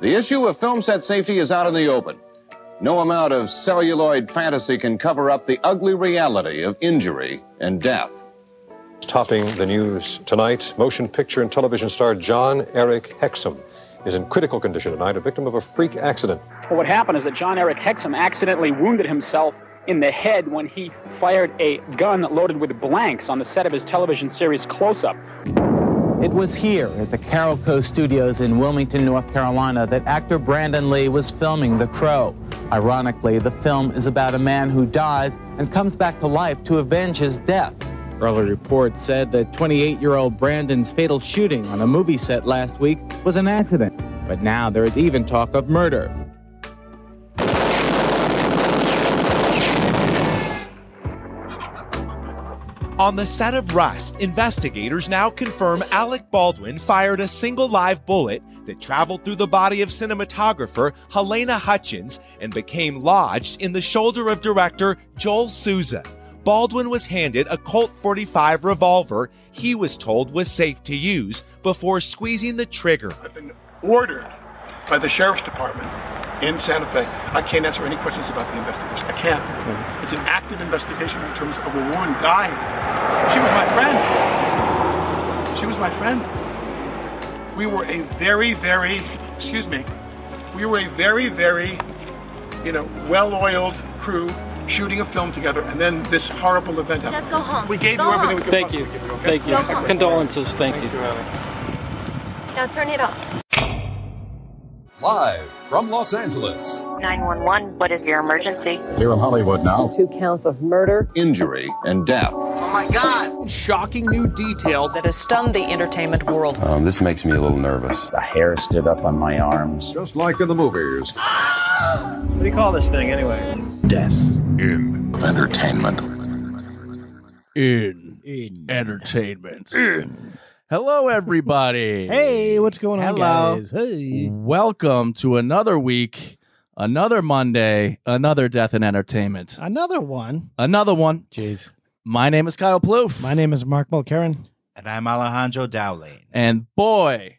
The issue of film set safety is out in the open. No amount of celluloid fantasy can cover up the ugly reality of injury and death. Topping the news tonight, motion picture and television star John Eric Hexum is in critical condition tonight, a victim of a freak accident. Well, what happened is that John Eric Hexum accidentally wounded himself in the head when he fired a gun loaded with blanks on the set of his television series Close Up. It was here at the Carol Co Studios in Wilmington, North Carolina, that actor Brandon Lee was filming The Crow. Ironically, the film is about a man who dies and comes back to life to avenge his death. Early reports said that 28 year old Brandon's fatal shooting on a movie set last week was an accident, but now there is even talk of murder. On the set of Rust, investigators now confirm Alec Baldwin fired a single live bullet that traveled through the body of cinematographer Helena Hutchins and became lodged in the shoulder of director Joel Souza. Baldwin was handed a Colt 45 revolver he was told was safe to use before squeezing the trigger. I've been ordered by the sheriff's department in Santa Fe. I can't answer any questions about the investigation. I can't. Mm-hmm. It's an active investigation in terms of a woman died. She was my friend. She was my friend. We were a very, very, excuse me, we were a very, very, you know, well-oiled crew shooting a film together, and then this horrible event happened. Let's go home. We gave Go you everything home. we could Thank you. possibly give you. Okay? Thank you. Go home. Condolences. Thank you. Now turn it off. Live from Los Angeles, 911, what is your emergency? Here in Hollywood now, two counts of murder. injury and death. shocking new details. that has stunned the entertainment world. Um, this makes me a little nervous. The hair stood up on my arms. Just like in the movies. What do you call this thing anyway? Death. in entertainment. in, entertainment. Hello, everybody. Hey, what's going on, Hello. guys? Hey. Welcome to another week, another Monday, another death in entertainment. Another one. Another one. Jeez. My name is Kyle Plouffe. My name is Mark Mulcairn. And I'm Alejandro Dowling. and boy,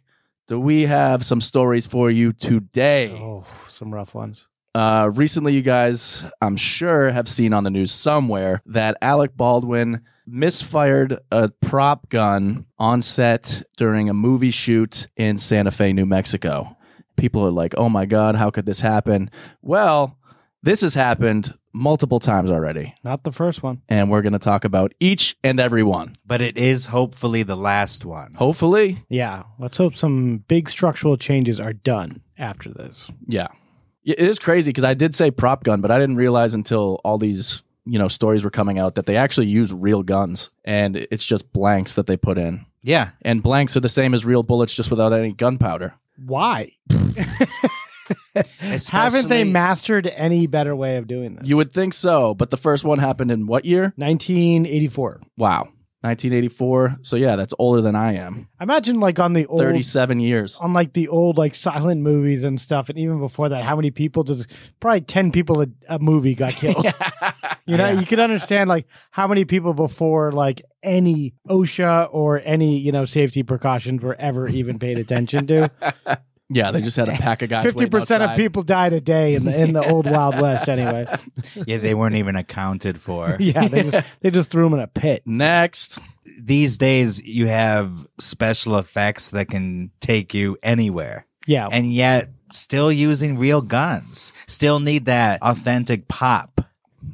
do we have some stories for you today. Oh, some rough ones. Uh, recently, you guys, I'm sure, have seen on the news somewhere that Alec Baldwin misfired a prop gun on set during a movie shoot in Santa Fe, New Mexico. People are like, oh my God, how could this happen? Well, this has happened multiple times already, Not the first one. and we're going to talk about each and every one. But it is hopefully the last one. Hopefully, Yeah. Let's hope some big structural changes are done after this. Yeah. It is crazy because I did say prop gun, but I didn't realize until all these, you know, stories were coming out that they actually use real guns and it's just blanks that they put in. Yeah. And blanks are the same as real bullets just without any gunpowder. Why? Haven't they Especially- mastered any better way of doing this? You would think so, but the first one happened in what year? 1984. Wow. 1984. So yeah, that's older than I am. I imagine like on the old 37 years. on like the old like silent movies and stuff and even before that how many people does probably 10 people a, a movie got killed you know you could understand like how many people before like any osha or any you know safety precautions were ever even paid attention to Yeah, they just had a pack of guys. 50% of people died a day in the in the old wild west anyway Yeah, they weren't even accounted for. yeah they just, they just threw them in a pit Next. These days, you have special effects that can take you anywhere. yeah And yet, still using real guns. Still uh, need that authentic pop.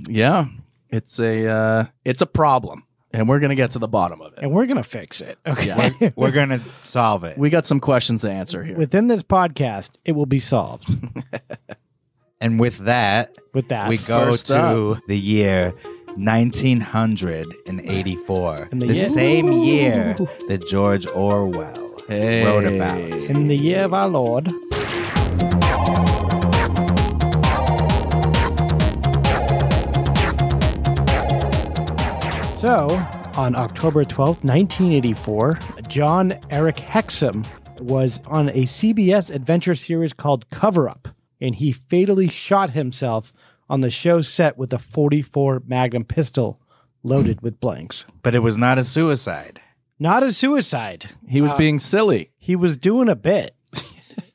Yeah. It's a uh it's a problem and we're going to get to the bottom of it. and we're gonna fix it okay Yeah. We're going to solve it. We got some questions to answer here. within this podcast it will be solved and with that, with that we go First to up. the year 1984, And the the, year- same year that George Orwell Hey. wrote about. in the year of our lord So, on October twelfth, 1984, John Eric Hexum was on a CBS adventure series called Cover Up, and he fatally shot himself on the show's set with a 44 Magnum pistol loaded with blanks. But it was not a suicide. Not a suicide. Uh, He was being silly. He was doing a bit.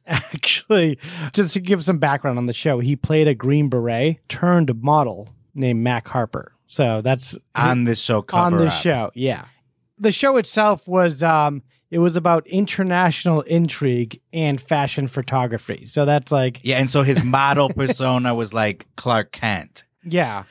actually, just to give some background on the show, he played a Green Beret turned model named Mac Harper. So that's on this show. on Cover the Up. show. Yeah, the show itself was um, it was about international intrigue and fashion photography. So that's like Yeah, and so his model persona was like Clark Kent. Yeah.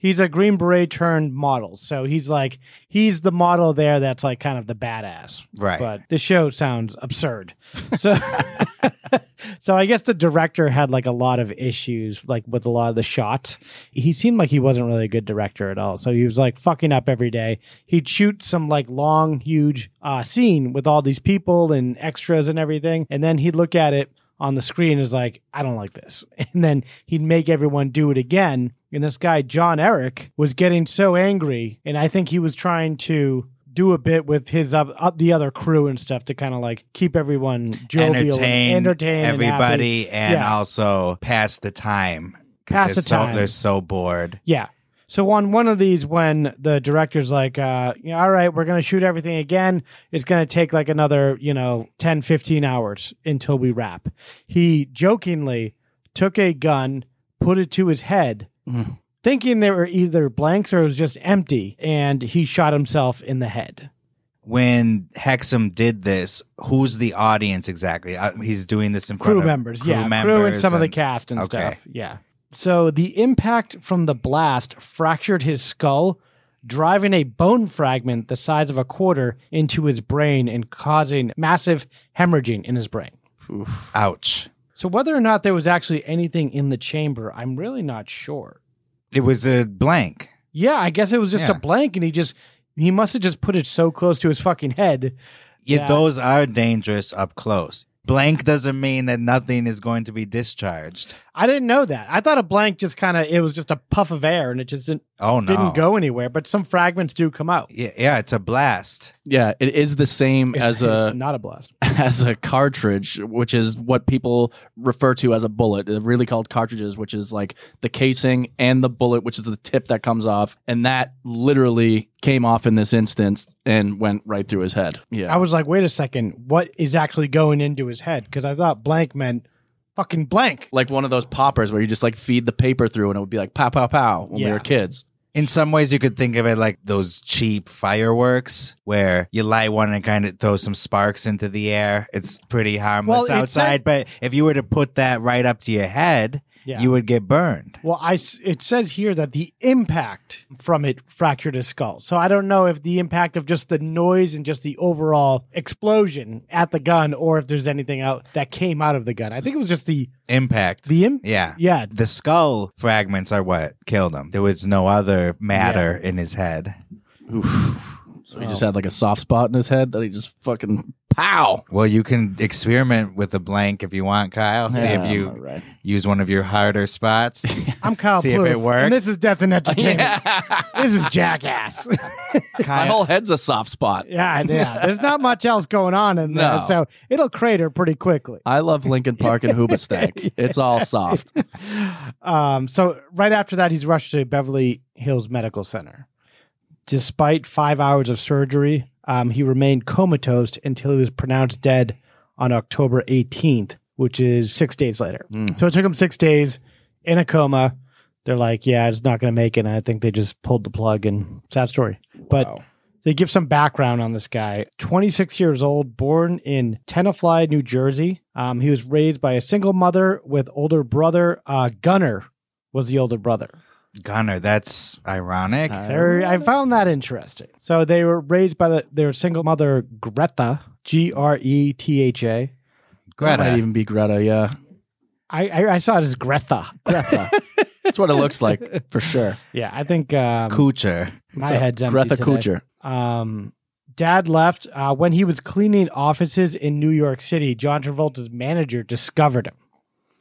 He's a Green Beret turned model. So he's like, he's the model there that's like kind of the badass. Right. But the show sounds absurd. So, so I guess the director had like a lot of issues, like with a lot of the shots. He seemed like he wasn't really a good director at all. So he was like fucking up every day. He'd shoot some like long, huge uh, scene with all these people and extras and everything. And then he'd look at it on the screen is like, I don't like this. And then he'd make everyone do it again. And this guy, John Eric, was getting so angry. And I think he was trying to do a bit with his uh, uh, the other crew and stuff to kind of like keep everyone jovial, and entertain, entertain and happy. everybody and yeah. also pass the time. 'Cause Pass they're the so- time. they're so bored. Yeah. So on one of these, when the director's like, uh, you know, all right, we're going to shoot everything again. It's going to take like another, you know, 10, 15 hours until we wrap. He jokingly took a gun, put it to his head, Mm. thinking they were either blanks or it was just empty. And he shot himself in the head. When Hexam did this, who's the audience exactly? Uh, he's doing this in front Crew of members. yeah. crew and some of the cast and okay. stuff. Yeah. So the impact from the blast fractured his skull, driving a bone fragment the size of a quarter into his brain and causing massive hemorrhaging in his brain. Ouch. So whether or not there was actually anything in the chamber, I'm really not sure. It was a blank. Yeah, I guess it was just Yeah. a blank and he just he must have just put it so close to his fucking head. Yeah, that- those are dangerous up close. Blank doesn't mean that nothing is going to be discharged. I didn't know that. I thought a blank just kind of it was just a puff of air and it just didn't Oh no. didn't go anywhere, but some fragments do come out. Yeah, yeah, it's a blast. Yeah, it is the same as uh, a it's not a blast. as a cartridge, which is what people refer to as a bullet. They're really called cartridges, which is like the casing and the bullet, which is the tip that comes off, and that literally came off in this instance and went right through his head. Yeah, I was like, wait a second, what is actually going into his head? Because I thought blank meant fucking blank. like one of those poppers where you just like feed the paper through, and it would be like pow pow pow when we Yeah. were kids. In some ways, you could think of it like those cheap fireworks where you light one and kind of throw some sparks into the air. It's pretty Well, harmless it's like- outside, but if you were to put that right up to your head, Yeah. you would get burned. Well, I s- it says here that the impact from it fractured his skull. So I don't know if the impact of just the noise and just the overall explosion at the gun, or if there's anything out that came out of the gun. I think it was just the Impact. the impact. yeah. Yeah. The skull fragments are what killed him. There was no other matter in his head. So he Oh. just had like a soft spot in his head that he just fucking pow. Well, you can experiment with a blank if you want, Kyle. See Yeah, if you alright. use one of your harder spots. I'm Kyle See if Plouffe, it works. and this is Death and Entertainment. This is Jackass. My whole head's a soft spot. yeah, yeah. There's not much else going on in there, No. so it'll crater pretty quickly. I love Lincoln Park and Hoobastank. It's all soft. Um, so right after that, he's rushed to Beverly Hills Medical Center. Despite five hours of surgery, um, he remained comatose until he was pronounced dead on October 18th, which is six days later. So it took him six days in a coma. They're like, yeah, it's not going to make it. And I think they just pulled the plug and sad story. But they give some background on this guy. 26 years old, born in Tenafly, New Jersey. Um, he was raised by a single mother with older brother. Uh, Gunner was the older brother. Gunner, that's ironic. Very, I found that interesting. So they were raised by the, their single mother, Greta, G R E T H A. Greta. Might even be Greta, yeah. I, I, I saw it as Greta. Greta. That's what it looks like for sure. yeah, I think um, Kucher. My head's empty. Greta today. Kucher. Um, Dad left uh, when he was cleaning offices in New York City. John Travolta's manager discovered him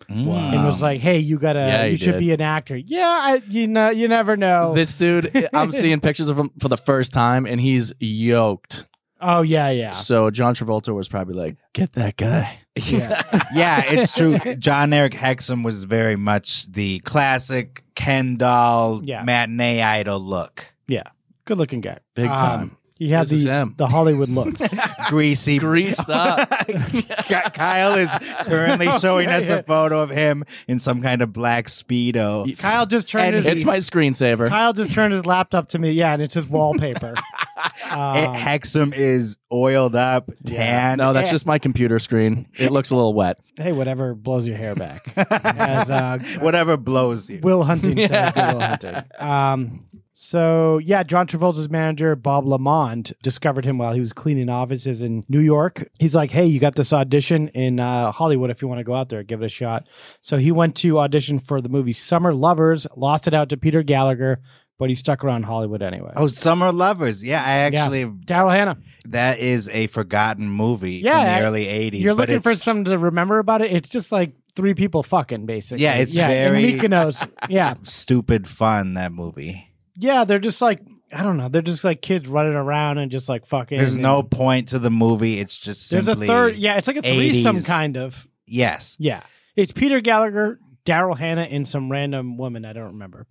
Mm. Wow. and was like, "Hey, you gotta, Um, Yeah, he you should did. be an actor." Yeah, I, you know, you never know. This dude, I'm seeing pictures of him for the first time, and he's yoked. oh yeah, yeah, So John Travolta was probably like, "Get that guy." yeah. yeah, it's true. John Eric Hexum was very much the classic Ken doll Yeah. matinee idol look. Yeah. Good looking guy. Big Um, time. He had This is the, the Hollywood looks. Greasy. Greased up. Kyle is currently showing us a photo of him in some kind of black speedo. Kyle just turned And his. it's my screensaver. Kyle just turned his laptop to me. Yeah, and it's his wallpaper. It- Hexum is oiled up, tan. Eh. No, that's just my computer screen. It looks a little wet. Hey, whatever blows your hair back. As, uh, whatever blows you. Will Hunting. said, Yeah. Will Hunting. Um, so yeah, John Travolta's manager Bob Lamond discovered him while he was cleaning offices in New York. He's like, "Hey, you got this audition in uh, Hollywood. If you want to go out there, give it a shot." So he went to audition for the movie Summer Lovers, lost it out to Peter Gallagher, but he stuck around Hollywood anyway. Oh, Summer Lovers. Yeah, I actually. Daryl Hannah. That is a forgotten movie Yeah, from I- the early 80s. You're but looking for it's- something to remember about it. It's just like three people fucking basically. Yeah, it's in very- Mykonos. yeah, stupid fun, that movie. yeah. They're just like I don't know. They're just like kids running around and just like fucking. There's and- no point to the movie. It's just There's a simply. third. Yeah, it's like a threesome 80s. kind of. Yes. Yeah, it's Peter Gallagher, Daryl Hannah, and some random woman I don't remember.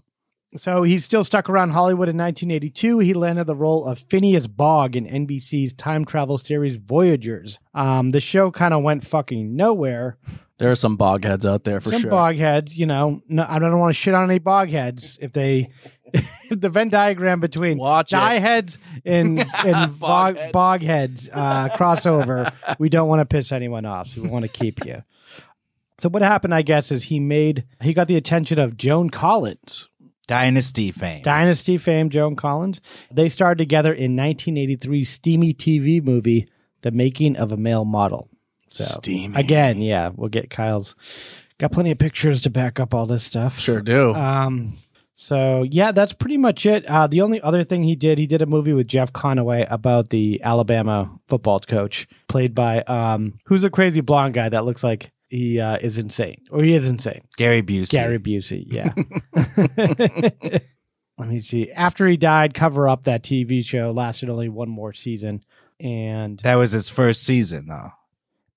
So he's still stuck around Hollywood in 1982. He landed the role of Phineas Bogg in NBC's time travel series Voyagers. Um, the show kind of went fucking nowhere. There are some bogheads out there for some sure. bogheads, you know. No, I don't want to shit on any bogheads if they if the Venn diagram between Mm. Watch it. dieheads and and bog, bogheads uh, crossover. we don't want to piss anyone off. So we want to keep you. So what happened, I guess, is he made he got the attention of Joan Collins. Dynasty fame. Dynasty fame Joan Collins. They starred together in 1983's steamy TV movie The Making of a Male Model. So, Steamy. Again, yeah, we'll get Kyle's got plenty of pictures to back up all this stuff. Sure do. Um so yeah, that's pretty much it. Uh, the only other thing he did, he did a movie with Jeff Conaway about the Alabama football coach, played by um, who's a crazy blonde guy that looks like he uh, is insane, or he is insane. Gary Busey. Gary Busey, yeah. Let me see. After he died, cover up that TV show lasted only one more season, and That was his first season, though.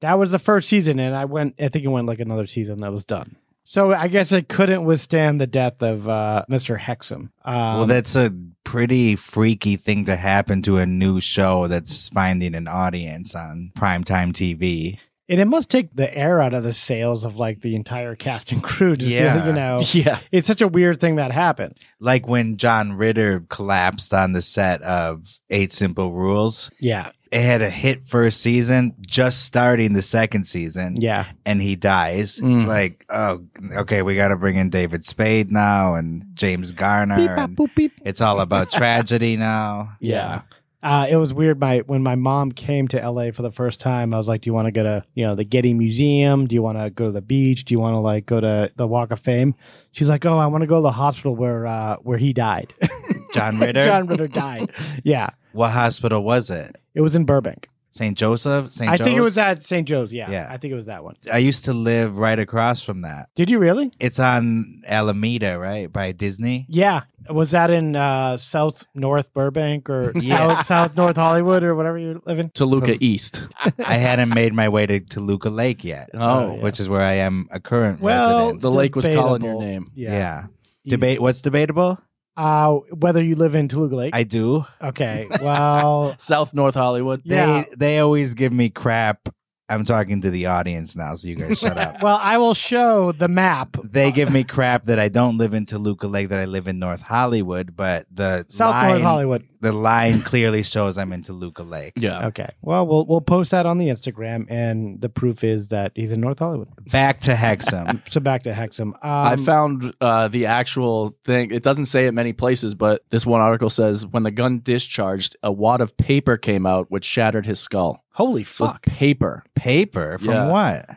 that was the first season. And I went, I think it went like another season that was done. So I guess it couldn't withstand the death of uh, Mr. Hexum. Um, well, that's a pretty freaky thing to happen to a new show that's finding an audience on primetime TV. And it must take the air out of the sails of like the entire cast and crew. Just Yeah. you know, Yeah. it's such a weird thing that happened. Like when John Ritter collapsed on the set of Eight Simple Rules. Yeah. It had a hit first season, just starting the second season. Yeah. And he dies. It's Mm. like, oh, okay, we got to bring in David Spade now and James Garner. Beep, bop, and boop, beep. It's all about tragedy now. Yeah. Uh, it was weird. My when my mom came to LA for the first time, I was like, "Do you want to go to you know the Getty Museum? Do you want to go to the beach? Do you want to like go to the Walk of Fame?" She's like, "Oh, I want to go to the hospital where uh, where he died. John Ritter. John Ritter died. yeah, What hospital was it? it was in Burbank. St. Joseph? St. I think it Joe's? was at St. Joe's. Yeah, Yeah. I think it was that one. I used to live right across from that. Did you really? It's on Alameda, right? By Disney. Yeah, was that in uh, South North Burbank or Yeah. South South North Hollywood or whatever you live in? Toluca East. I hadn't made my way to Toluca Lake yet. Oh. Which is where I am a current Well, resident. The lake was calling your debatable. name. Yeah. Debate what's debatable? Uh, whether you live in Toluca Lake. I do. okay. Well, South North Hollywood. Yeah. They they always give me crap. I'm talking to the audience now, so you guys shut up. well, I will show the map. They give me crap that I don't live in Toluca Lake, that I live in North Hollywood, but the South line, North Hollywood. The line clearly shows I'm in Toluca Lake. Yeah. Okay. Well, we'll we'll post that on the Instagram, and the proof is that he's in North Hollywood. Back to Hexum. So back to Hexum. Um, I found uh, the actual thing. It doesn't say it many places, but this one article says when the gun discharged, a wad of paper came out which shattered his skull. Holy fuck! paper, paper from what?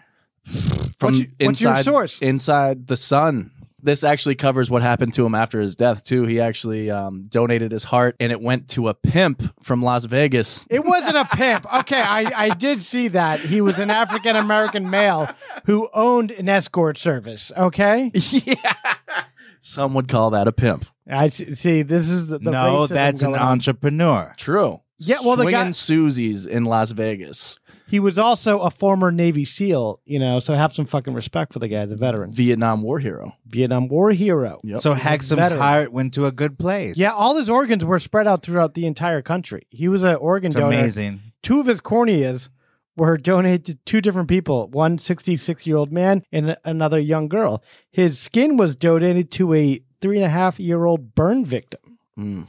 From What's your- what's your inside, source? Inside the sun. This actually covers what happened to him after his death too. He actually um, donated his heart, and it went to a pimp from Las Vegas. It wasn't a pimp. Okay, I, I did see that. He was an African American male who owned an escort service. Okay? Some would call that a pimp. I see. see, This is the, the No, racism that's an going on. entrepreneur. True. Yeah, well, the Swinging guy- Susie's in Las Vegas. He was also a former Navy SEAL, you know, so have some fucking respect for the guy as a veteran. Vietnam War hero. Vietnam War hero. So He's a Hexum's veteran. heart went to a good place. Yeah, all his organs were spread out throughout the entire country. He was an organ It's donor. amazing. Two of his corneas were donated to two different people one 66 year old man and another young girl. His skin was donated to a three and a half year old burn victim.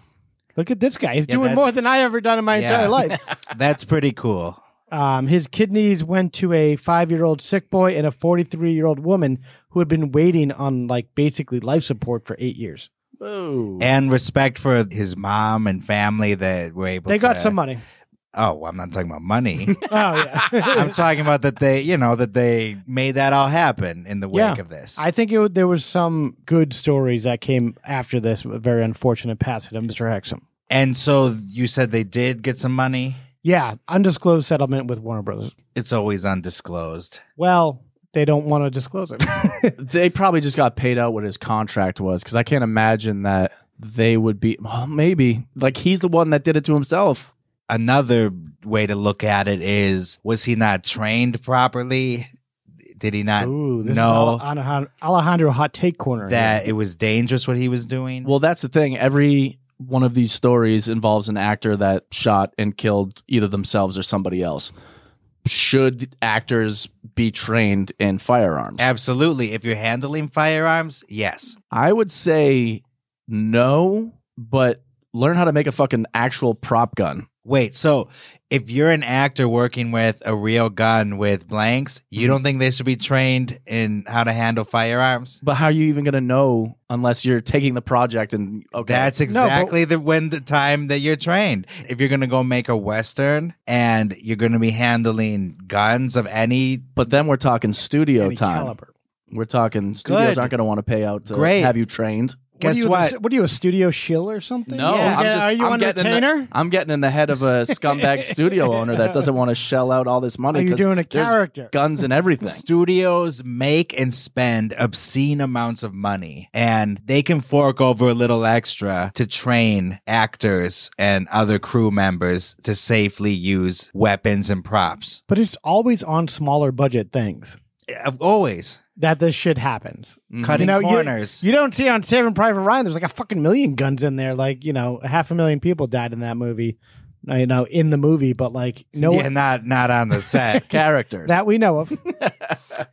Look at this guy. He's Mm. Yeah, doing that's- more than I ever done in my Yeah. entire life. That's pretty cool. Um, his kidneys went to a five year old sick boy and a 43 year old woman who had been waiting on like basically life support for eight years. And respect for his mom and family that were able They to. got some money. Oh, well, I'm not talking about money. Oh, yeah. I'm talking about that they, you know, that they made that all happen in the wake of this. I think it, wa- there was some good stories that came after this very unfortunate passing of Mr. Hexum. And so you said they did get some money. Yeah, undisclosed settlement with Warner Brothers. It's always undisclosed. Well, they don't want to disclose it. they probably just got paid out what his contract was because I can't imagine that they would be. Well, maybe like he's the one that did it to himself. Another way to look at it is was he not trained properly? Did he not Ooh, this know is Alejandro, Alejandro Hot Take Corner. that here. it was dangerous what he was doing? Well, that's the thing. Every one of these stories involves an actor that shot and killed either themselves or somebody else. Should actors be trained in firearms? Absolutely. If you're handling firearms, yes. I would say no, but learn how to make a fucking actual prop gun. Wait, so if you're an actor working with a real gun with blanks, Mm-hmm. you don't think they should be trained in how to handle firearms? But how are you even going to know unless you're taking the project and okay? That's exactly the when the time that you're trained. If you're gonna go make a western and you're gonna be handling guns of any But then we're talking studio time. caliber. We're talking studios Good. aren't going to want to pay out to Great. have you trained. are you, the- What are you, a studio shill or something? No, Yeah. I'm Yeah, just, are you I'm on getting in the- retainer? I'm getting in the head of a scumbag studio owner that doesn't want to shell out all this money. Are you 'cause doing a there's character? guns and everything. Studios make and spend obscene amounts of money, and they can fork over a little extra to train actors and other crew members to safely use weapons and props. But it's always on smaller budget things Of- Always that this shit happens. cutting Mm-hmm. You know, you- corners. You don't see on Saving Private Ryan. There's like a fucking million guns in there. Like you know, half a million people died in that movie. No, You know, in the movie, but like no yeah, not not on the set. characters. that we know of. um,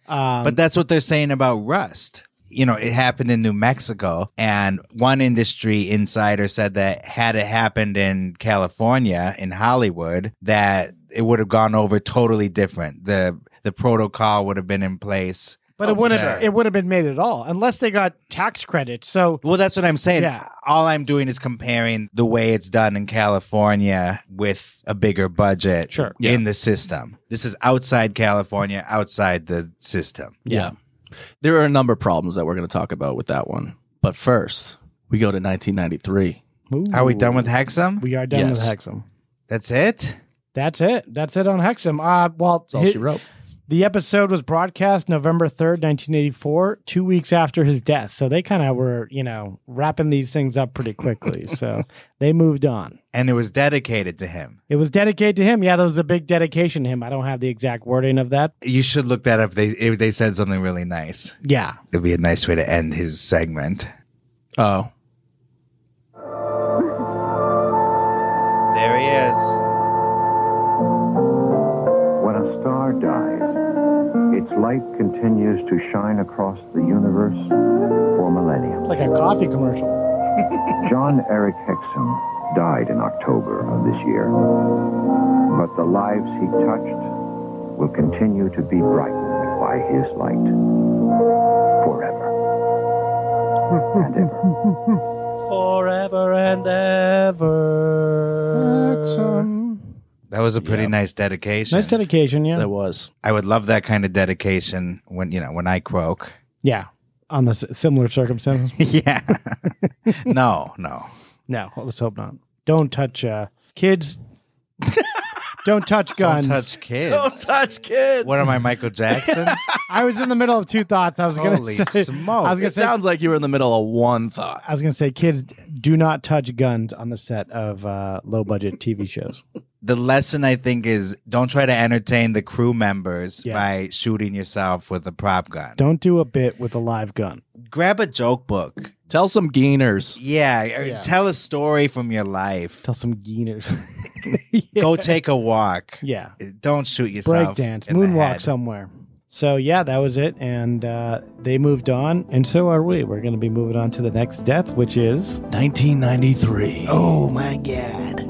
but that's what they're saying about rust you know it happened in new mexico and one industry insider said that had it happened in california in hollywood that it would have gone over totally different the the protocol would have been in place but Oh, it wouldn't. It would have been made at all unless they got tax credits. So well that's what i'm saying Yeah. all i'm doing is comparing the way it's done in california with a bigger budget Sure. in the system this is outside california outside the system Yeah. There are a number of problems that we're going to talk about with that one. But first, we go to 1993. are we done with hexum we are done with Yes. Hexum. that's it That's it. That's it on Hexum. Uh, well, That's all hi- she wrote. the episode was broadcast November 3rd, 1984, two weeks after his death. So they kind of were, you know, wrapping these things up pretty quickly. so they moved on. and it was dedicated to him. It was dedicated to him. Yeah, that was a big dedication to him. I don't have the exact wording of that. You should look that up. They if they said something really nice. Yeah. It'd be a nice way to end his segment. Oh, There he is. When a star dies, its light continues to shine across the universe for millennia. Like a coffee commercial. John Eric Hexum died in October of this year, but the lives he touched will continue to be brightened by his light forever. and ever. Forever and ever. That was a pretty nice dedication. Nice dedication. Yeah. that was. I would love that kind of dedication when you know when I croak. Yeah. On the s- similar circumstances. yeah. no, no. No, let's hope not. Don't touch uh, kids. don't touch guns. Don't touch kids. touch kids. What am I, Michael Jackson? I was in the middle of two thoughts. I was going Holy to say. smoke. I was going It to say sounds like you were in the middle of one thought. I was gonna say, kids, do not touch guns on the set of uh, low budget TV shows. the lesson I think is don't try to entertain the crew members by shooting yourself with a prop gun. Don't do a bit with a live gun. Grab a joke book. Tell some gainers. Yeah, or Yeah. tell a story from your life. Tell some gainers. Go take a walk. Yeah. Don't shoot yourself. Break dance, in the moonwalk head. somewhere. So yeah, that was it, and uh, they moved on, and so are we. We're going to be moving on to the next death, which is 1993. Oh my god.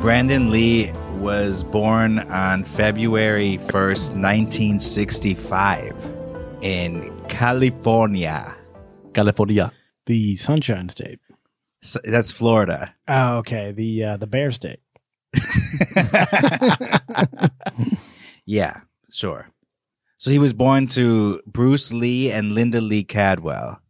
Brandon Lee was born on February 1st, 1965 in California. California. the Sunshine State. S- that's Florida. Oh, okay. The uh, the Bear State. Yeah, sure. So he was born to Bruce Lee and Linda Lee Cadwell.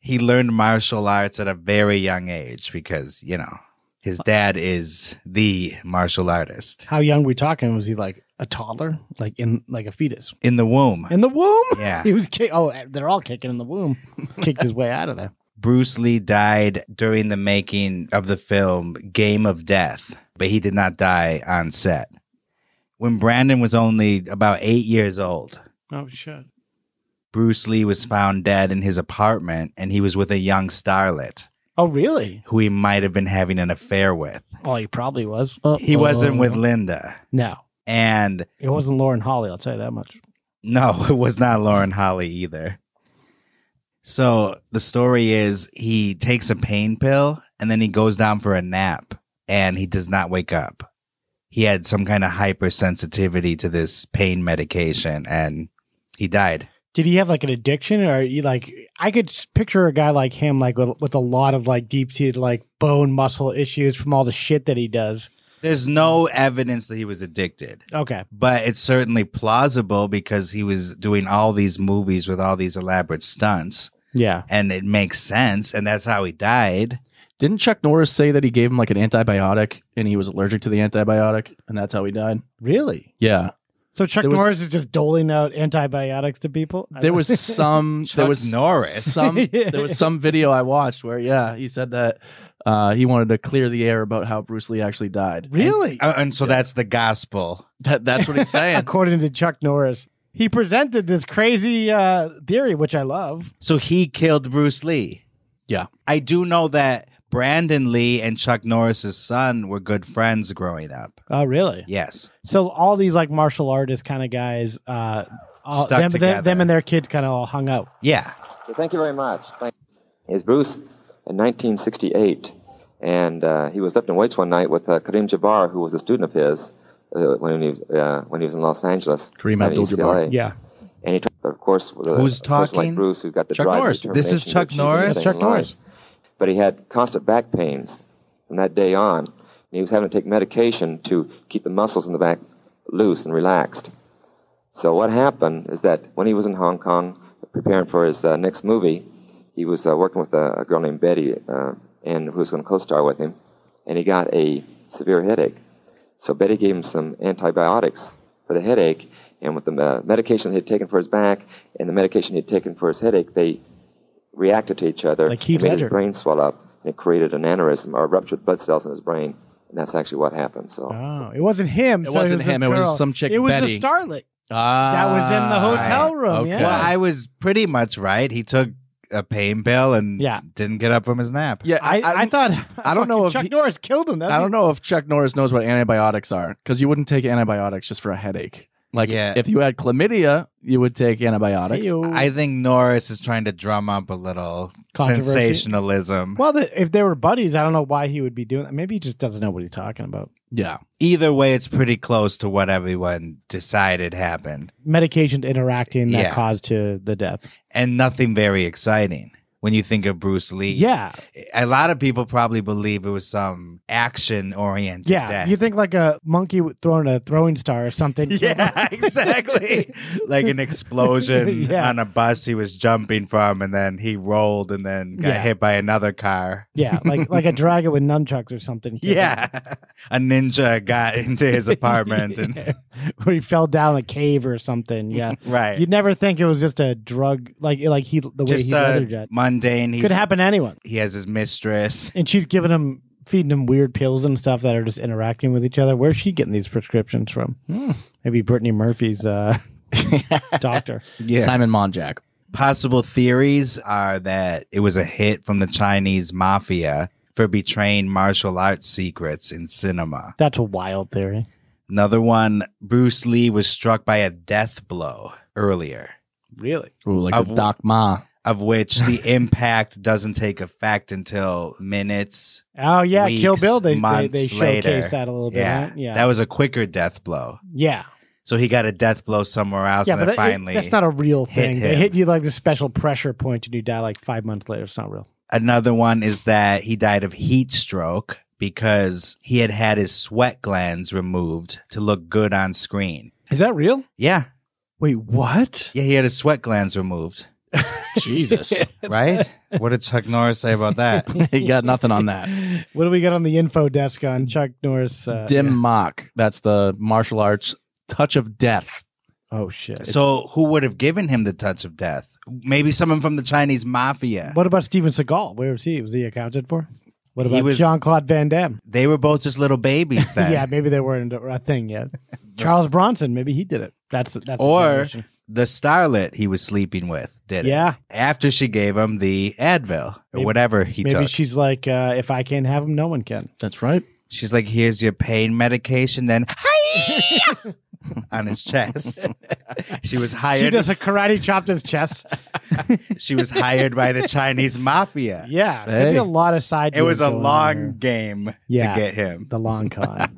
He learned martial arts at a very young age because, you know, his dad is the martial artist How young we talking? Was he like a toddler, like in like a fetus in the womb. in the womb? Yeah. he was. Kick- oh, they're all kicking in the womb. Kicked his way out of there. Bruce Lee died during the making of the film Game of Death, but he did not die on set. When Brandon was only about eight years old, Oh shit. Bruce Lee was found dead in his apartment and he was with a young starlet Oh really? who he might have been having an affair with. Oh, he probably was. He wasn't with Lynn. Linda. No, And it wasn't Lauren Holly. I'll tell you that much. No, it was not Lauren Holly either. So the story is he takes a pain pill and then he goes down for a nap and he does not wake up. He had some kind of hypersensitivity to this pain medication and he died. Did he have like an addiction, or you like? I could s- picture a guy like him, like with, with a lot of like deep seated like bone muscle issues from all the shit that he does. There's no evidence that he was addicted, Okay, but it's certainly plausible because he was doing all these movies with all these elaborate stunts yeah. and it makes sense. And that's how he died. Didn't Chuck Norris say that he gave him like an antibiotic and he was allergic to the antibiotic and that's how he died? Really? Yeah. So Chuck There was- Norris is just doling out antibiotics to people. There was some there Chuck was Norris. some there was some video I watched where yeah, he said that uh, he wanted to clear the air about how Bruce Lee actually died. really, Uh, and so that's the gospel. That, that's what he's saying. according to Chuck Norris, he presented this crazy uh, theory, which I love. So he killed Bruce Lee. Yeah. I do know that Brandon Lee and Chuck Norris's son were good friends growing up. Oh, really? Yes. So all these like martial artist kind of guys, uh, all, Stuck them, together. them, them and their kids kind of all hung out. Yeah. So thank you very much. Thank Here's Bruce in 1968, and uh, he was lifting weights one night with uh, Kareem Jabbar, who was a student of his uh, when he was, uh, when he was in Los Angeles. Kareem at Abdul-Jabbar. UCLA. Yeah. And he, talked, of course, with a, Who's a person talking? Like Bruce, who's got the Chuck drive and Norris. This determination is to Chuck achieve Norris? anything in Chuck life. Norris. But he had constant back pains from that day on, and he was having to take medication to keep the muscles in the back loose and relaxed. So what happened is that when he was in Hong Kong preparing for his uh, next movie, he was uh, working with a, a girl named Betty, uh, and who was going to co-star with him, and he got a severe headache. So Betty gave him some antibiotics for the headache, and with the uh, medication he had taken for his back and the medication he had taken for his headache, they reacted to each other. Like Heath and made Ledger. his brain swell up, and it created an aneurysm or ruptured blood cells in his brain, and that's actually what happened. So. Oh, it wasn't him. It so wasn't a him, it was girl. some chick, It was Betty. the starlet. Ah, That was in the hotel room, okay. yeah. Well, I was pretty much right. He took a pain pill and Yeah. didn't get up from his nap. yeah, I, I, thought I don't know if Chuck he- Norris killed him. I don't know if Chuck Norris knows what antibiotics are because you wouldn't take antibiotics just for a headache. Like Yeah. if you had chlamydia, you would take antibiotics. I think Norris is trying to drum up a little Controversy. sensationalism. well, the, if they were buddies, I don't know why he would be doing that. Maybe he just doesn't know what he's talking about. Yeah, Either way, it's pretty close to what everyone decided happened. Medication interacting that Yeah. caused to the death. and nothing very exciting when you think of Bruce Lee. Yeah, A lot of people probably believe it was some action oriented yeah. death. You think like a monkey w- throwing a throwing star or something? yeah, exactly. like an explosion Yeah. on a bus he was jumping from, and then he rolled and then got Yeah. hit by another car. yeah, like like a dragon with nunchucks or something. Yeah. a ninja got into his apartment and where he fell down a cave or something. Yeah, Right. You'd never think it was just a drug, like like he the way Just he uh, leather jet mundane. could happen to anyone. He has his mistress. And she's giving him feeding him weird pills and stuff that are just interacting with each other. Where's she getting these prescriptions from? Hmm. Maybe Brittany Murphy's uh, doctor. Simon Monjack. Possible theories are that it was a hit from the Chinese mafia for betraying martial arts secrets in cinema. That's a wild theory. Another one, Bruce Lee was struck by a death blow earlier. Really? Ooh, like Of- the Doc Ma. Of which the impact doesn't take effect until minutes. Oh yeah, Kill weeks, Bill. They they, months they later. showcased that a little bit. Yeah. right? yeah, That was a quicker death blow. yeah. So he got a death blow somewhere else, yeah, and but then that- it- finally that's not a real hit thing. They him. hit you like the special pressure point, and you die like five months later. It's not real. Another one is that he died of heat stroke because he had had his sweat glands removed to look good on screen. Is that real? Yeah. Wait, what? Yeah, he had his sweat glands removed. Jesus. right? What did Chuck Norris say about that? he got nothing on that. What do we got on the info desk on Chuck Norris? Uh, Dim Mak. That's the martial arts touch of death. Oh shit. So who would have given him the touch of death? Maybe someone from the Chinese mafia. What about Steven Seagal? Where was he? Was he accounted for? What He about was- Jean Claude Van Damme? They were both just little babies then. yeah, maybe they weren't a thing yet. Charles Bronson, maybe he did it. That's that's the or definition. the starlet he was sleeping with did it. Yeah. After she gave him the Advil or Maybe- whatever he maybe took. she's like, uh, if I can't have him, no one can. That's right. She's like, here's your pain medication, then on his chest. she was She hired. does a karate chop to his chest. she was hired by the Chinese mafia. Yeah, could be Hey. a lot of side. It was deals a going long on there. game Yeah. to get him. The long con.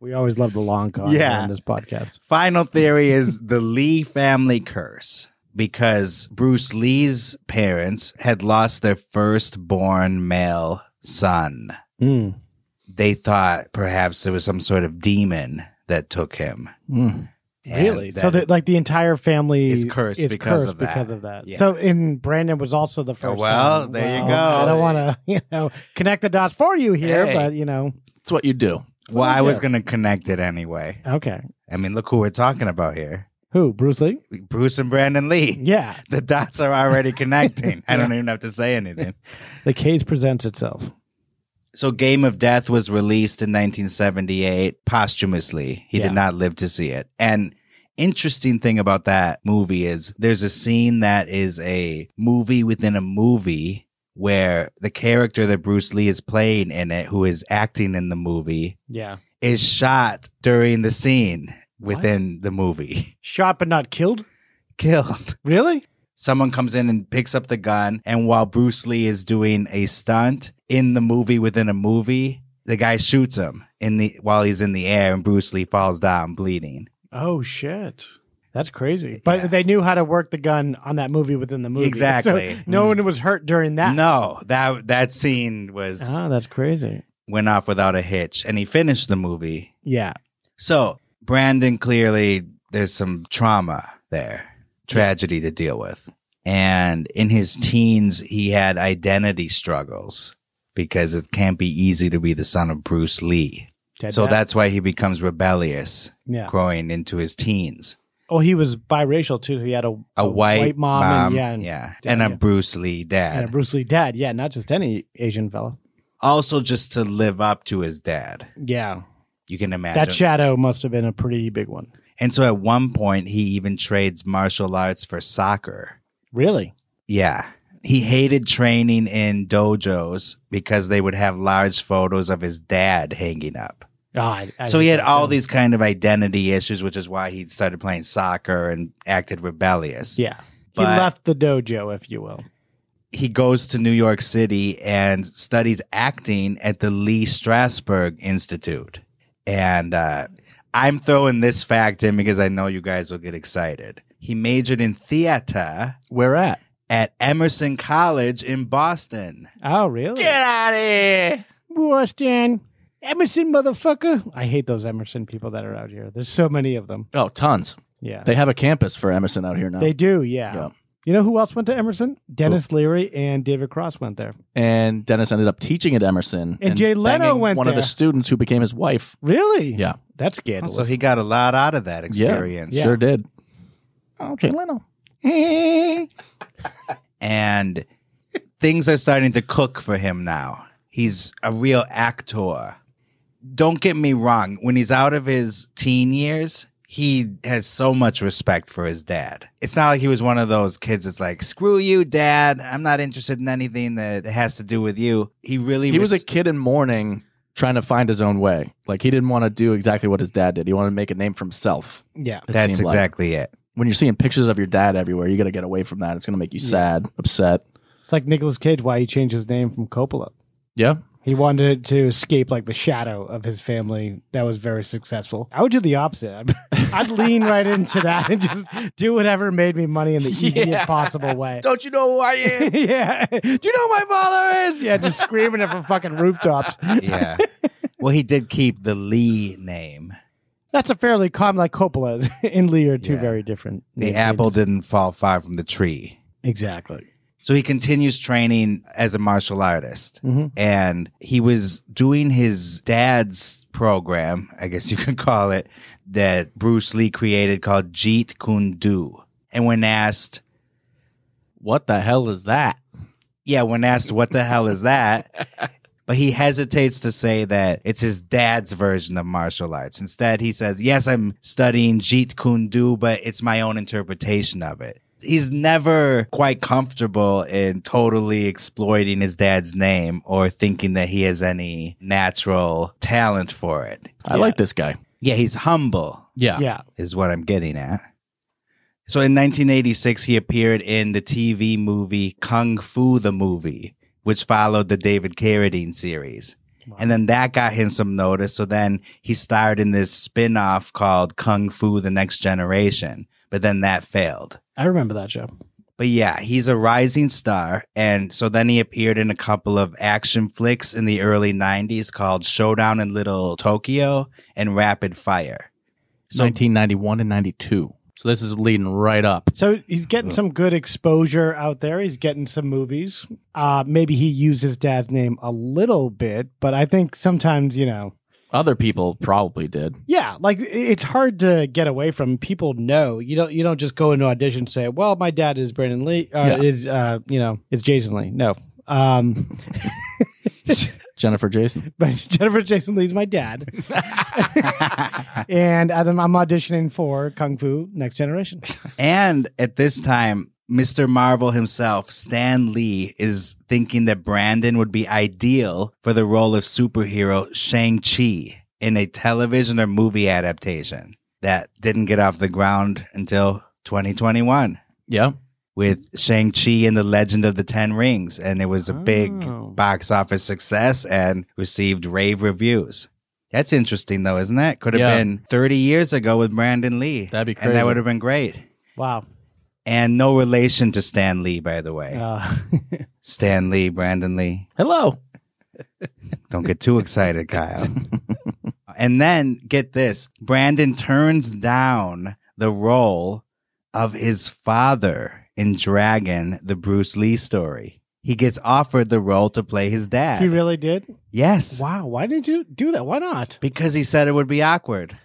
we always love the long con. Yeah. on this podcast. Final theory is the Lee family curse because Bruce Lee's parents had lost their firstborn male son. Hmm. They thought perhaps there was some sort of demon that took him. And Really? So that- that like the entire family Is cursed because of that. because of that. Yeah. So and Brandon was also the first. well, son. there you I go. don't want to you know connect the dots for you here, Hey. but you know, It's what you do. well, I yeah. was going to connect it anyway. okay. I mean, look who we're talking about here Who Bruce Lee? Bruce and Brandon Lee. Yeah, The dots are already connecting. I don't even have to say anything. the case presents itself. So Game of Death was released in 1978 posthumously. He Yeah. did not live to see it. And interesting thing about that movie is there's a scene that is a movie within a movie where the character that Bruce Lee is playing in it who is acting in the movie Yeah, is shot during the scene within the movie. shot but not killed. Killed. Really? Someone comes in and picks up the gun, and while Bruce Lee is doing a stunt in the movie within a movie, the guy shoots him in the while he's in the air, and Bruce Lee falls down bleeding. Oh shit. That's crazy. But they knew how to work the gun on that movie within the movie. So Exactly. Mm. no one was hurt during that. No, that that scene was Oh, that's crazy. went off without a hitch, and he finished the movie. Yeah. So Brandon clearly there's some trauma there, tragedy to deal with. And in his teens, he had identity struggles because it can't be easy to be the son of Bruce Lee. Dead so Dad? that's why he becomes rebellious Yeah. growing into his teens. Oh, he was biracial too. He had a, A, white, mom, and, yeah, and, yeah, dad, and a yeah. Bruce Lee dad. and a Bruce Lee dad. Yeah, not just any Asian fella. also, just to live up to his dad. Yeah. You can imagine That shadow must have been a pretty big one. And so at one point, he even trades martial arts for soccer. Really? Yeah. He hated training in dojos because they would have large photos of his dad hanging up. God. Ah, I so hate he had that all film. these kind of identity issues, which is why he started playing soccer and acted rebellious. Yeah. He But- left the dojo, if you will. He goes to New York City and studies acting at the Lee Strasberg Institute. And uh, I'm throwing this fact in because I know you guys will get excited. He majored in theater Where at? at Emerson College in Boston. Oh, really? Get out of here. Boston. Emerson, motherfucker. I hate those Emerson people that are out here. There's so many of them. Oh, tons. Yeah. They have a campus for Emerson out here now. They do, yeah. Yeah. You know who else went to Emerson? Dennis Leary and David Cross went there. And Dennis ended up teaching at Emerson. And Jay Leno banging went One of the there. students who became his wife. Really? Yeah. That's scandalous. So he got a lot out of that Yeah. experience. Sure did. Oh, Jay Leno. and things are starting to cook for him now. He's a real actor. Don't get me wrong, when he's out of his teen years, he has so much respect for his dad. It's not like he was one of those kids that's like, screw you, dad. I'm not interested in anything that has to do with you. He really He, was res- a kid in mourning trying to find his own way. Like he didn't want to do exactly what his dad did. He wanted to make a name for himself. Yeah. it That's seemed like. exactly it. When you're seeing pictures of your dad everywhere, you got to get away from that. It's going to make you sad, upset. It's like Nicolas Cage, why he changed his name from Coppola. Yeah. He wanted to escape like the shadow of his family that was very successful. I would do the opposite. I'd, I'd lean right into that and just do whatever made me money in the easiest possible way. Don't you know who I am? yeah. Do you know who my father is? Yeah, just screaming it from fucking rooftops. yeah. Well, he did keep the Lee name. That's a fairly common, like Coppola and Lee are two very different. The names. apple didn't fall far from the tree. Exactly. So he continues training as a martial artist. Mm-hmm. Mhm. And he was doing his dad's program, I guess you could call it, that Bruce Lee created called Jeet Kune Do. And when asked, What the hell is that? yeah, when asked, what the hell is that? But he hesitates to say that it's his dad's version of martial arts. Instead, he says, yes, I'm studying Jeet Kune Do, but it's my own interpretation of it. He's never quite comfortable in totally exploiting his dad's name or thinking that he has any natural talent for it. I like this guy. Yeah, he's humble. Yeah. Yeah. Is what I'm getting at. So in 1986, he appeared in the TV movie Kung Fu the Movie, which followed the David Carradine series. And then that got him some notice. So then he starred in this spin off called Kung Fu the Next Generation, but then that failed. I remember that show. But yeah, he's a rising star. And so then he appeared in a couple of action flicks in the early 90s called Showdown in Little Tokyo and Rapid Fire. 1991 and 92. So this is leading right up. So he's getting some good exposure out there. He's getting some movies. Uh, maybe he used his dad's name a little bit, but I think sometimes, you know, Other people probably did. yeah, like i- it's hard to get away from. People know you don't. You don't just go into audition and say, "Well, my dad is Brandon Lee. Uh, Yeah. Is uh, you know, is Jason Lee?" No, um, Jennifer Jason. but Jennifer Jason Lee's my dad, and I'm, I'm auditioning for Kung Fu Next Generation. And at this time, Mr. Marvel himself, Stan Lee, is thinking that Brandon would be ideal for the role of superhero Shang-Chi in a television or movie adaptation that didn't get off the ground until 2021 Yeah. with Shang-Chi and the Legend of the Ten Rings. And it was a big Ah. Oh. box office success and received rave reviews. That's interesting, though, isn't that? Could have Yeah. been 30 years ago with Brandon Lee. That'd be And crazy. that would have been great Wow. and no relation to Stan Lee, by the way. Uh, Stan Lee, Brandon Lee. Hello. Don't get too excited, Kyle. and then get this Brandon turns down the role of his father in Dragon, the Bruce Lee story. He gets offered the role to play his dad. he really did. yes. Wow. Why didn't you do that? Why not? Because he said it would be awkward.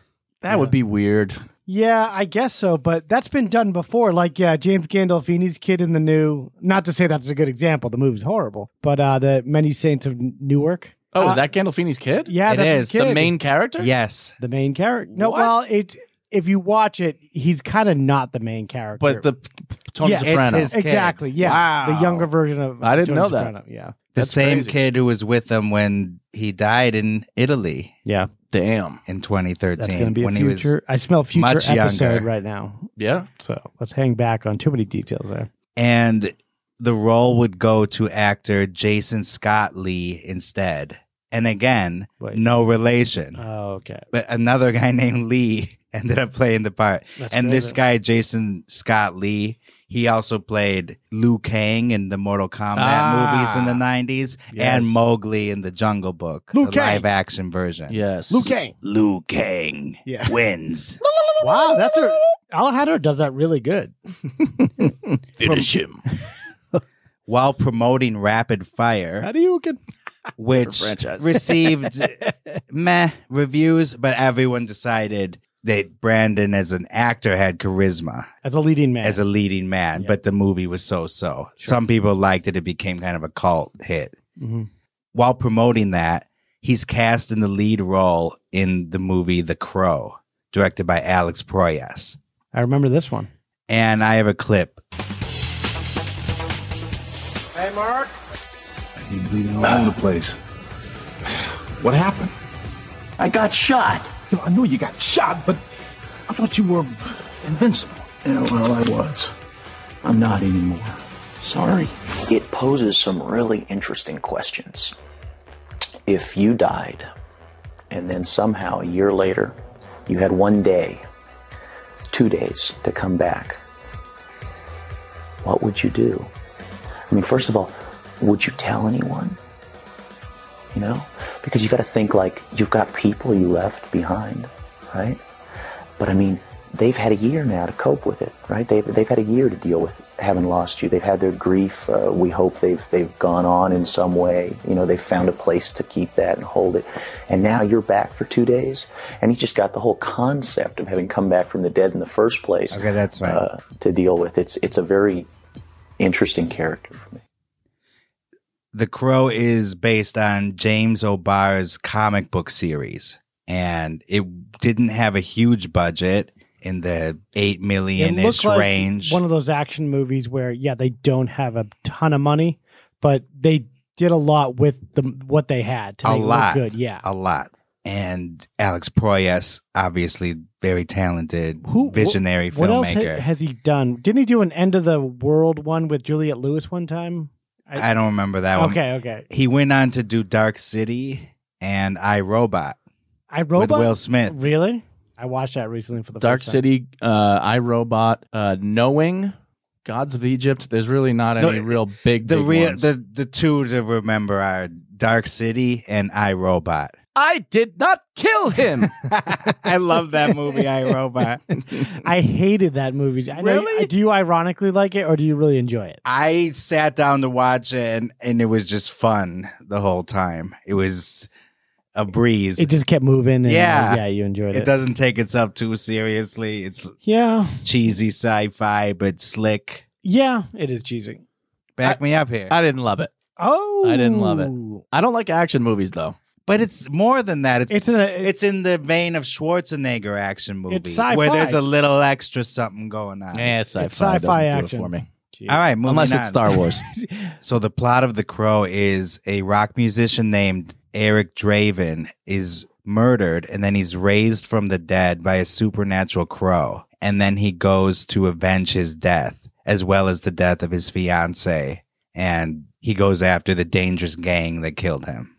That would be weird. Yeah, I guess so, but that's been done before. Like, yeah, James Gandolfini's kid in the new. Not to say that's a good example. The movie's horrible, but uh the Many Saints of Newark. Oh, Uh, is that Gandolfini's kid? Yeah, It that's his is. kid. The main character? Yes. the main character. No, What? well, it if you watch it, he's kind of not the main character, But the Tony Yeah, it's Soprano. his- kid. exactly, yeah, Wow. the younger version of. I didn't Tony know that. Soprano, Yeah, The That's same crazy. kid who was with him when he died in Italy yeah, Damn. in that's 2013 going to be a when he was future. I smell future much younger. episode right now. Yeah. So let's hang back on too many details there. and the role would go to actor Jason Scott Lee instead. And again, Wait. no relation. Oh, okay. but another guy named Lee ended up playing the part. That's and this crazy. guy, Jason Scott Lee, he also played Liu Kang in the Mortal Kombat movies Ah. in the 90s Yes. and Mowgli in the Jungle Book, Liu the Kang. live action version. Yes. Luke Kang. Liu Kang Yeah. wins. Wow, that's a Alejandro does that really good. Finish him. while promoting Rapid Fire. How do you get which franchise. received meh reviews, but everyone decided that Brandon as an actor had charisma as a leading man. as a leading man, Yeah. but the movie was so so. Some people liked it, it became kind of a cult hit. While promoting that, he's cast in the lead role in the movie The Crow, directed by Alex Proyas. I remember this one. And I have a clip. Hey, Mark. You bleeding all over the place. What happened? I got shot. You know, I knew you got shot, but I thought you were invincible. Yeah, well, I was. I'm not anymore. Sorry. It poses some really interesting questions. If you died, and then somehow a year later, you had one day, two days to come back, what would you do? I mean, first of all, would you tell anyone? You know? Because you got to think like you've got people you left behind, right? But I mean, they've had a year now to cope with it, right? They've, they've had a year to deal with having lost you. They've had their grief. Uh, we hope they've, they've gone on in some way. You know, they've found a place to keep that and hold it. And now you're back for two days. And he's just got the whole concept of having come back from the dead in the first place. Okay, that's fine. Uh, to deal with. It's, it's a very interesting character for me. The Crow is based on James O'Barr's comic book series, and it didn't have a huge budget in the eight million ish range. one of those action movies where yeah they don't have a ton of money, but they did a lot with the what they had to a make it look lot, good. Yeah, a lot. And Alex Proyas, obviously very talented, visionary What else ha- filmmaker. has he done? Didn't he do an end of the world one with Juliet Lewis one time? I, don't remember that one. Okay, okay. He went on to do Dark City and I Robot I with robot Will Smith. Really? I watched that recently for the Dark first time. City, uh, iRobot, uh, Knowing, Gods of Egypt. There's really not No, any real big. The big real ones. the the two to remember are Dark City and I Robot. I did not kill him. I love that movie, I Robot. I hated that movie. I know- do you ironically like it or do you really enjoy it? I sat down to watch it and, and it was just fun the whole time. It was a breeze. It just kept moving. And yeah, yeah, you enjoyed it. It doesn't take itself too seriously. It's Yeah, cheesy sci-fi but slick. yeah, it is cheesy. Back me up here. I didn't love it. Oh, I didn't love it. I don't like action movies though. But it's more than that. It's it's in, a, it's in the vein of Schwarzenegger action movie It's sci-fi. where there's a little extra something going on. Yeah, Eh, sci-fi, sci-fi action for me. All right, moving unless on. it's Star Wars. So the plot of The Crow is a rock musician named Eric Draven is murdered and then he's raised from the dead by a supernatural crow and then he goes to avenge his death as well as the death of his fiance and he goes after the dangerous gang that killed him.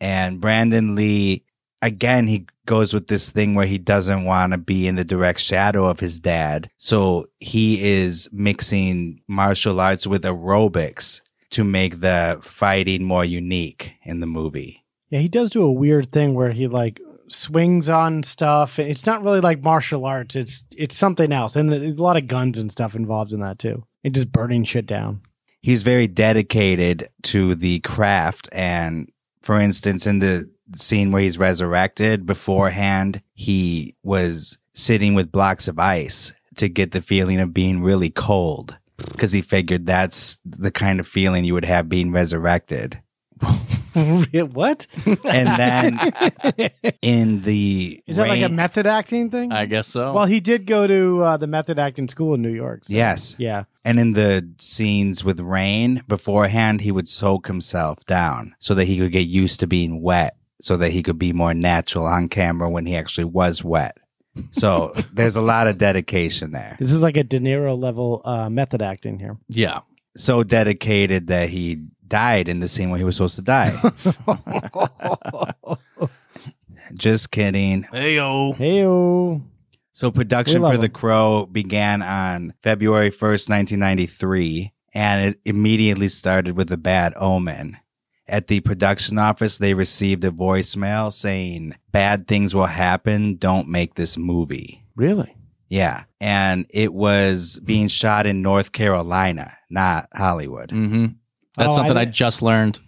And Brandon Lee again he goes with this thing where he doesn't want to be in the direct shadow of his dad so he is mixing martial arts with aerobics to make the fighting more unique in the movie Yeah, he does do a weird thing where he like swings on stuff. It's not really like martial arts. It's it's something else, and there's a lot of guns and stuff involved in that too. And just burning shit down. he's very dedicated to the craft and for instance in the scene where he's resurrected beforehand he was sitting with blocks of ice to get the feeling of being really cold because he figured that's the kind of feeling you would have being resurrected what? and then in the Is that like a rain- method acting thing? I guess so. Well, he did go to uh, the method acting school in New York. so- yes Yeah. and in the scenes with rain beforehand he would soak himself down so that he could get used to being wet so that he could be more natural on camera when he actually was wet so there's a lot of dedication there This is like a De Niro level uh, method acting here. yeah so dedicated that he died in the scene where he was supposed to die just kidding Heyo. Heyo. So production We love for The them. Crow began on February 1st, 1993, and it immediately started with a bad omen. At the production office, they received a voicemail saying, Bad things will happen. Don't make this movie. Really? Yeah. And it was being shot in North Carolina, not Hollywood. Mm-hmm. That's That's Oh, something something I I, I di- just learned.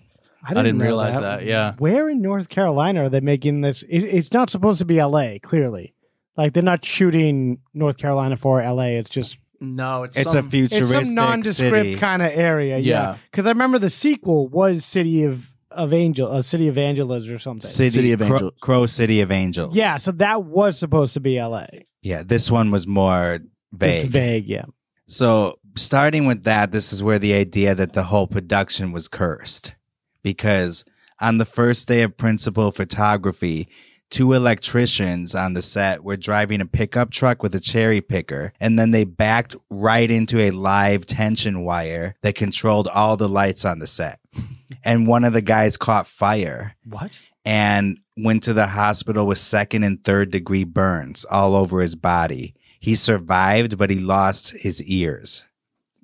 I I didn't, didn't know realize that. that. Yeah. Where in North Carolina are they making this? It, it's not supposed to be LA, clearly. Like they're not shooting North Carolina for LA. It's just No, it's It's a some- futuristic it's some city. nondescript kind of area. Yeah. Yeah, because I remember the sequel was City of of Angel, uh, City of Angeles or something. City, of Angels. Crow, City of Angels. Yeah, so that was supposed to be LA. Yeah. This one was more vague. Just vague, yeah. So, starting with that, this is where the idea that the whole production was cursed. Because on the first day of principal photography, two electricians on the set were driving a pickup truck with a cherry picker, and then they backed right into a live tension wire that controlled all the lights on the set. and one of the guys caught fire What? and went to the hospital with second and third degree burns all over his body. He survived, but he lost his ears.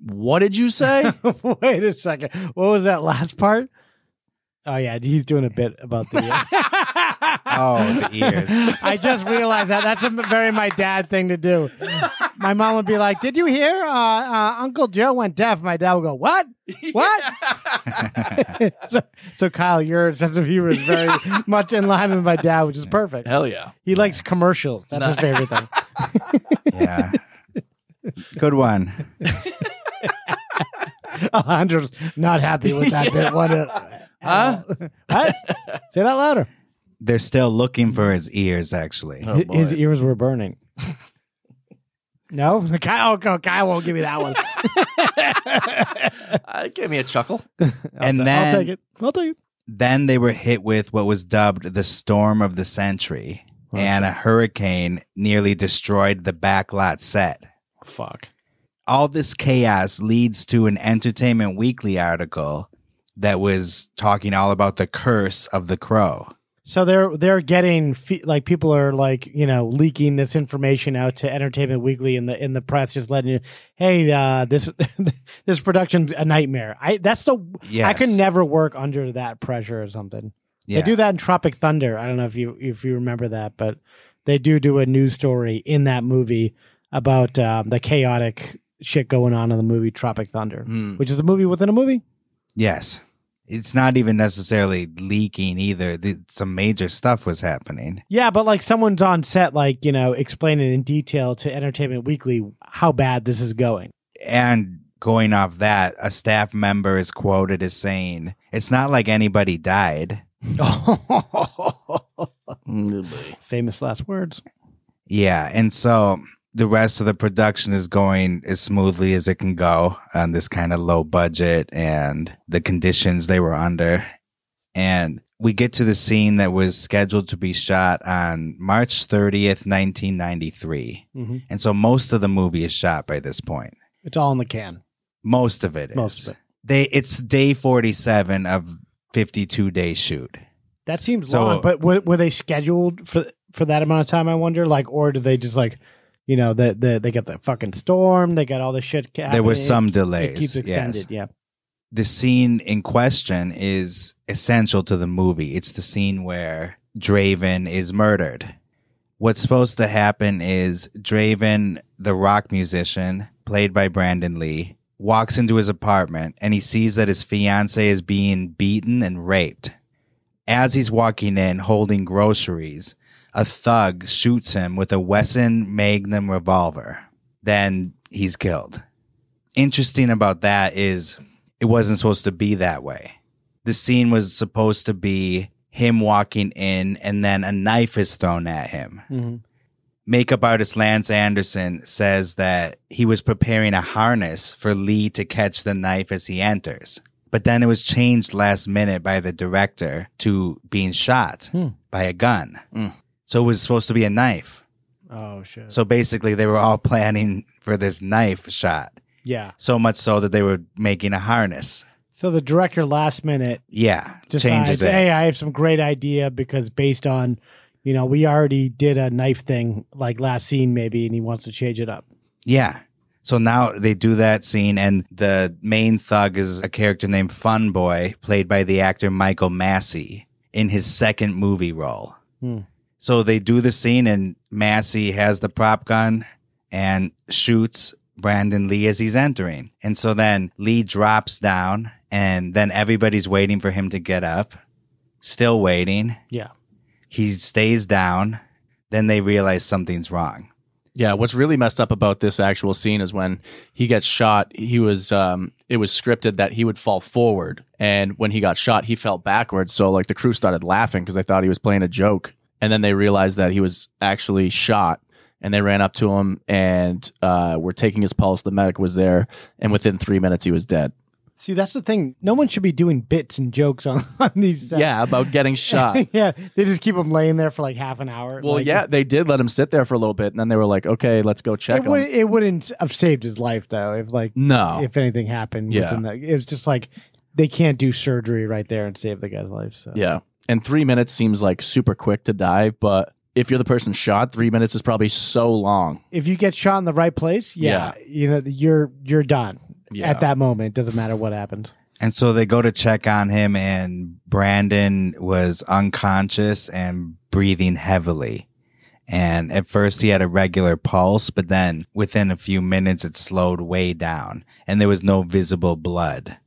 What did you say? Wait a second. What was that last part? Oh yeah, he's doing a bit about the. uh, Oh, the ears. I just realized that that's a very my dad thing to do. My mom would be like, "Did you hear? Uh, uh, Uncle Joe went deaf." My dad would go, "What? What?" so, so Kyle, your sense of humor is very much in line with my dad, which is perfect. Hell yeah. He likes commercials. That's his No. favorite thing. yeah. Good one. Alejandro's not happy with that bit. What? a- Huh? what? Say that louder. They're still looking for his ears, actually. Oh, Hi- his ears were burning. no, Kyle, oh, Kyle- Kyle won't give me that one. Uh, give me a chuckle. and then, I'll take it. I'll take it. then they were hit with what was dubbed the storm of the century, and a hurricane nearly destroyed the backlot set. Fuck. all this chaos leads to an Entertainment Weekly article that was talking all about the curse of the crow. So they're they're getting fe- like people are like you know leaking this information out to Entertainment Weekly in the in the press, just letting you, hey, uh, this this production's a nightmare. I that's the I Yes. could never work under that pressure or something. Yeah. They do that in Tropic Thunder. I don't know if you if you remember that, but they do do a news story in that movie about um, the chaotic shit going on in the movie Tropic Thunder, Hmm. which is a movie within a movie. Yes. It's not even necessarily leaking either. The- Some major stuff was happening. Yeah, but like someone's on set, like you know, explaining in detail to Entertainment Weekly how bad this is going. And going off that, a staff member is quoted as saying, It's not like anybody died. Mm. Famous last words. Yeah. And so the rest of the production is going as smoothly as it can go on this kind of low budget and the conditions they were under. And we get to the scene that was scheduled to be shot on March 30th, 1993. Mhm. And so most of the movie is shot by this point. It's all in the can. Most of it is. Most of it. They, it's day 47 of 52 day shoot. That seems So- uh, long, but were, were they scheduled for for that amount of time? I wonder. Like, or do they just like, you know, the, the they got the fucking storm, they got all this shit. There were happening. some It delays, keeps extended. yes. Yeah. the scene in question is essential to the movie. It's the scene where Draven is murdered. What's supposed to happen is Draven, the rock musician, played by Brandon Lee, walks into his apartment and he sees that his fiance is being beaten and raped. As he's walking in holding groceries, a thug shoots him with a Wesson Magnum revolver. Then he's killed interesting about that is it wasn't supposed to be that way. The scene was supposed to be him walking in and then a knife is thrown at him. Makeup artist Lance Anderson says that he was preparing a harness for Lee to catch the knife as he enters. But then it was changed last minute by the director to being shot by a gun. So it was supposed to be a knife. Oh shit. So basically, they were all planning for this knife shot. Yeah. So much so that they were making a harness. So the director last minute Yeah. decides, changes it. hey, I have some great idea because based on, you know, we already did a knife thing like last scene maybe, and he wants to change it up. Yeah. So now they do that scene, and the main thug is a character named Fun Boy, played by the actor Michael Massey, in his second movie role. Hmm. So they do the scene, and Massey has the prop gun, and shoots Brandon Lee as he's entering. And so then Lee drops down, and then everybody's waiting for him to get up, still waiting. Yeah. He stays down. Then they realize something's wrong. Yeah, what's really messed up about this actual scene is when he gets shot, he was um it was scripted that he would fall forward and when he got shot, he fell backwards. So like the crew started laughing cuz they thought he was playing a joke. And then they realized that he was actually shot and they ran up to him and uh were taking his pulse. The medic was there and within 3 minutes he was dead. See, that's the thing. No one should be doing bits and jokes on, on these. uh, Yeah, about getting shot. yeah, they just keep him laying there for like half an hour. Well, Like, yeah, they did let him sit there for a little bit and then they were like, "Okay, let's go check It, him." would, it wouldn't have saved his life though if like No. if anything happened. Yeah. within the, it was just like they can't do surgery right there and save the guy's life. So Yeah. And three minutes seems like super quick to die, but if you're the person shot, three minutes is probably so long. if you get shot in the right place, yeah, you know you're you're done Yeah. at that moment. It doesn't matter what happens. And so they go to check on him, and Brandon was unconscious and breathing heavily. And at first, he had a regular pulse, but then within a few minutes, it slowed way down, and there was no visible blood.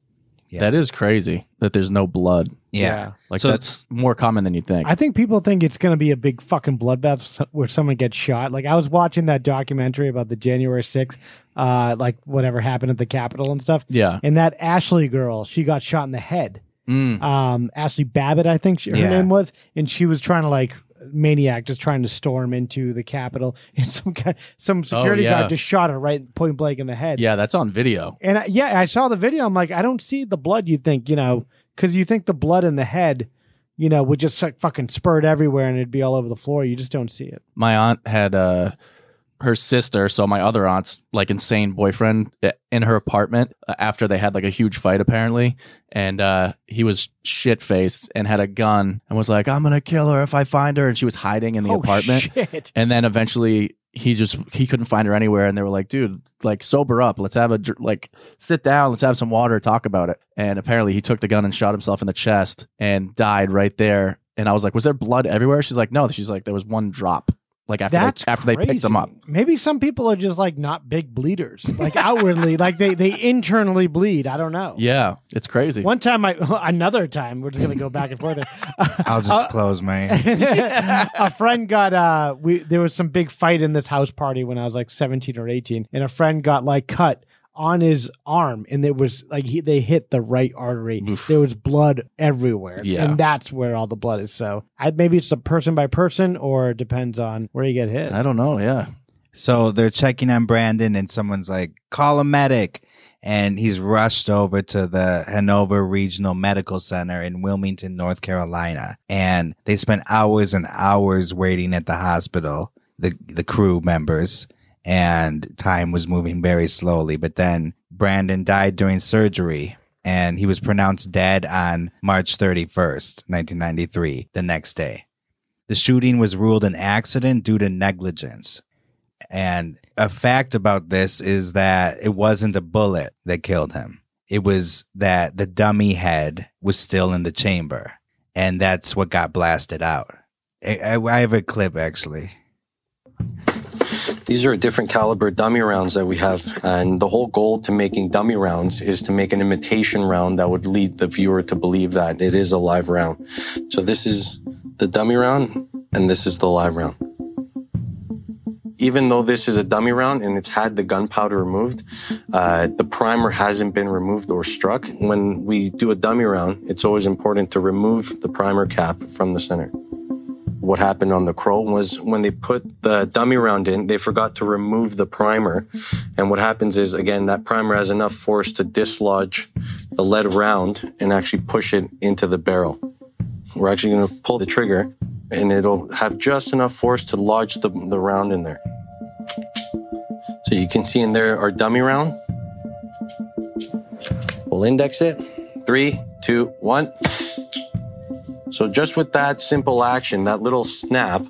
That is crazy that there's no blood. Yeah. Yeah. Like So- that's more common than you think. I think people think it's going to be a big fucking bloodbath so- where someone gets shot. Like I was watching that documentary about the January 6th, uh, like whatever happened at the Capitol and stuff. Yeah. And that Ashley girl, she got shot in the head. Mm. Um, Ashley Babbitt, I think she, her Yeah. name was, and she was trying to like maniac, just trying to storm into the Capitol, and some guy, some security Oh, yeah. guard just shot her right point blank in the head. yeah, that's on video. And I, yeah, I saw the video. I'm like, I don't see the blood. You think, you know, because you think the blood in the head, you know, would just like fucking spurt everywhere and it'd be all over the floor. You just don't see it. My aunt had uh her sister, so my other aunt's like insane boyfriend uh, in her apartment uh, after they had like a huge fight apparently, and uh he was shit faced and had a gun and was like, "I'm gonna kill her if I find her," and she was hiding in the Oh, apartment. shit. And then eventually he just he couldn't find her anywhere, and they were like, "Dude, like sober up. Let's have a dr- like sit down. Let's have some water. Talk about it." And apparently he took the gun and shot himself in the chest and died right there. And I was like, "Was there blood everywhere?" She's like, "No." She's like, "There was one drop." Like after That's they, after they picked them crazy. up. Maybe some people are just like not big bleeders, like outwardly, like they they internally bleed. I don't know. Yeah, it's crazy. One time, I another time, we're just gonna go back and forth. here. I'll just close my. a friend got uh we there was some big fight in this house party when I was like 17 or 18 and a friend got like cut on his arm and it was like he, they hit the right artery there was blood everywhere Yeah. and that's where all the blood is so I, maybe it's a person by person or it depends on where you get hit I don't know. Yeah. So they're checking on Brandon, and someone's like, call a medic. And he's rushed over to the Hanover Regional Medical Center in Wilmington, North Carolina. And they spent hours and hours waiting at the hospital, the, the crew members, and time was moving very slowly. But then Brandon died during surgery, and he was pronounced dead on March 31st, 1993, the next day. The shooting was ruled an accident due to negligence. And a fact about this is that it wasn't a bullet that killed him. It was that the dummy head was still in the chamber, and that's what got blasted out. I, I- I have a clip actually. These are different caliber dummy rounds that we have. And the whole goal to making dummy rounds is to make an imitation round that would lead the viewer to believe that it is a live round. So this is the dummy round and this is the live round. Even though this is a dummy round and it's had the gunpowder removed, uh, the primer hasn't been removed or struck. When we do a dummy round, it's always important to remove the primer cap from the center what happened on the Crow was when they put the dummy round in, they forgot to remove the primer. And what happens is, again, that primer has enough force to dislodge the lead round and actually push it into the barrel. We're actually going to pull the trigger and it'll have just enough force to lodge the, the round in there. So you can see in there our dummy round. We'll index it. Three, two, one. So just with that simple action, that little snap,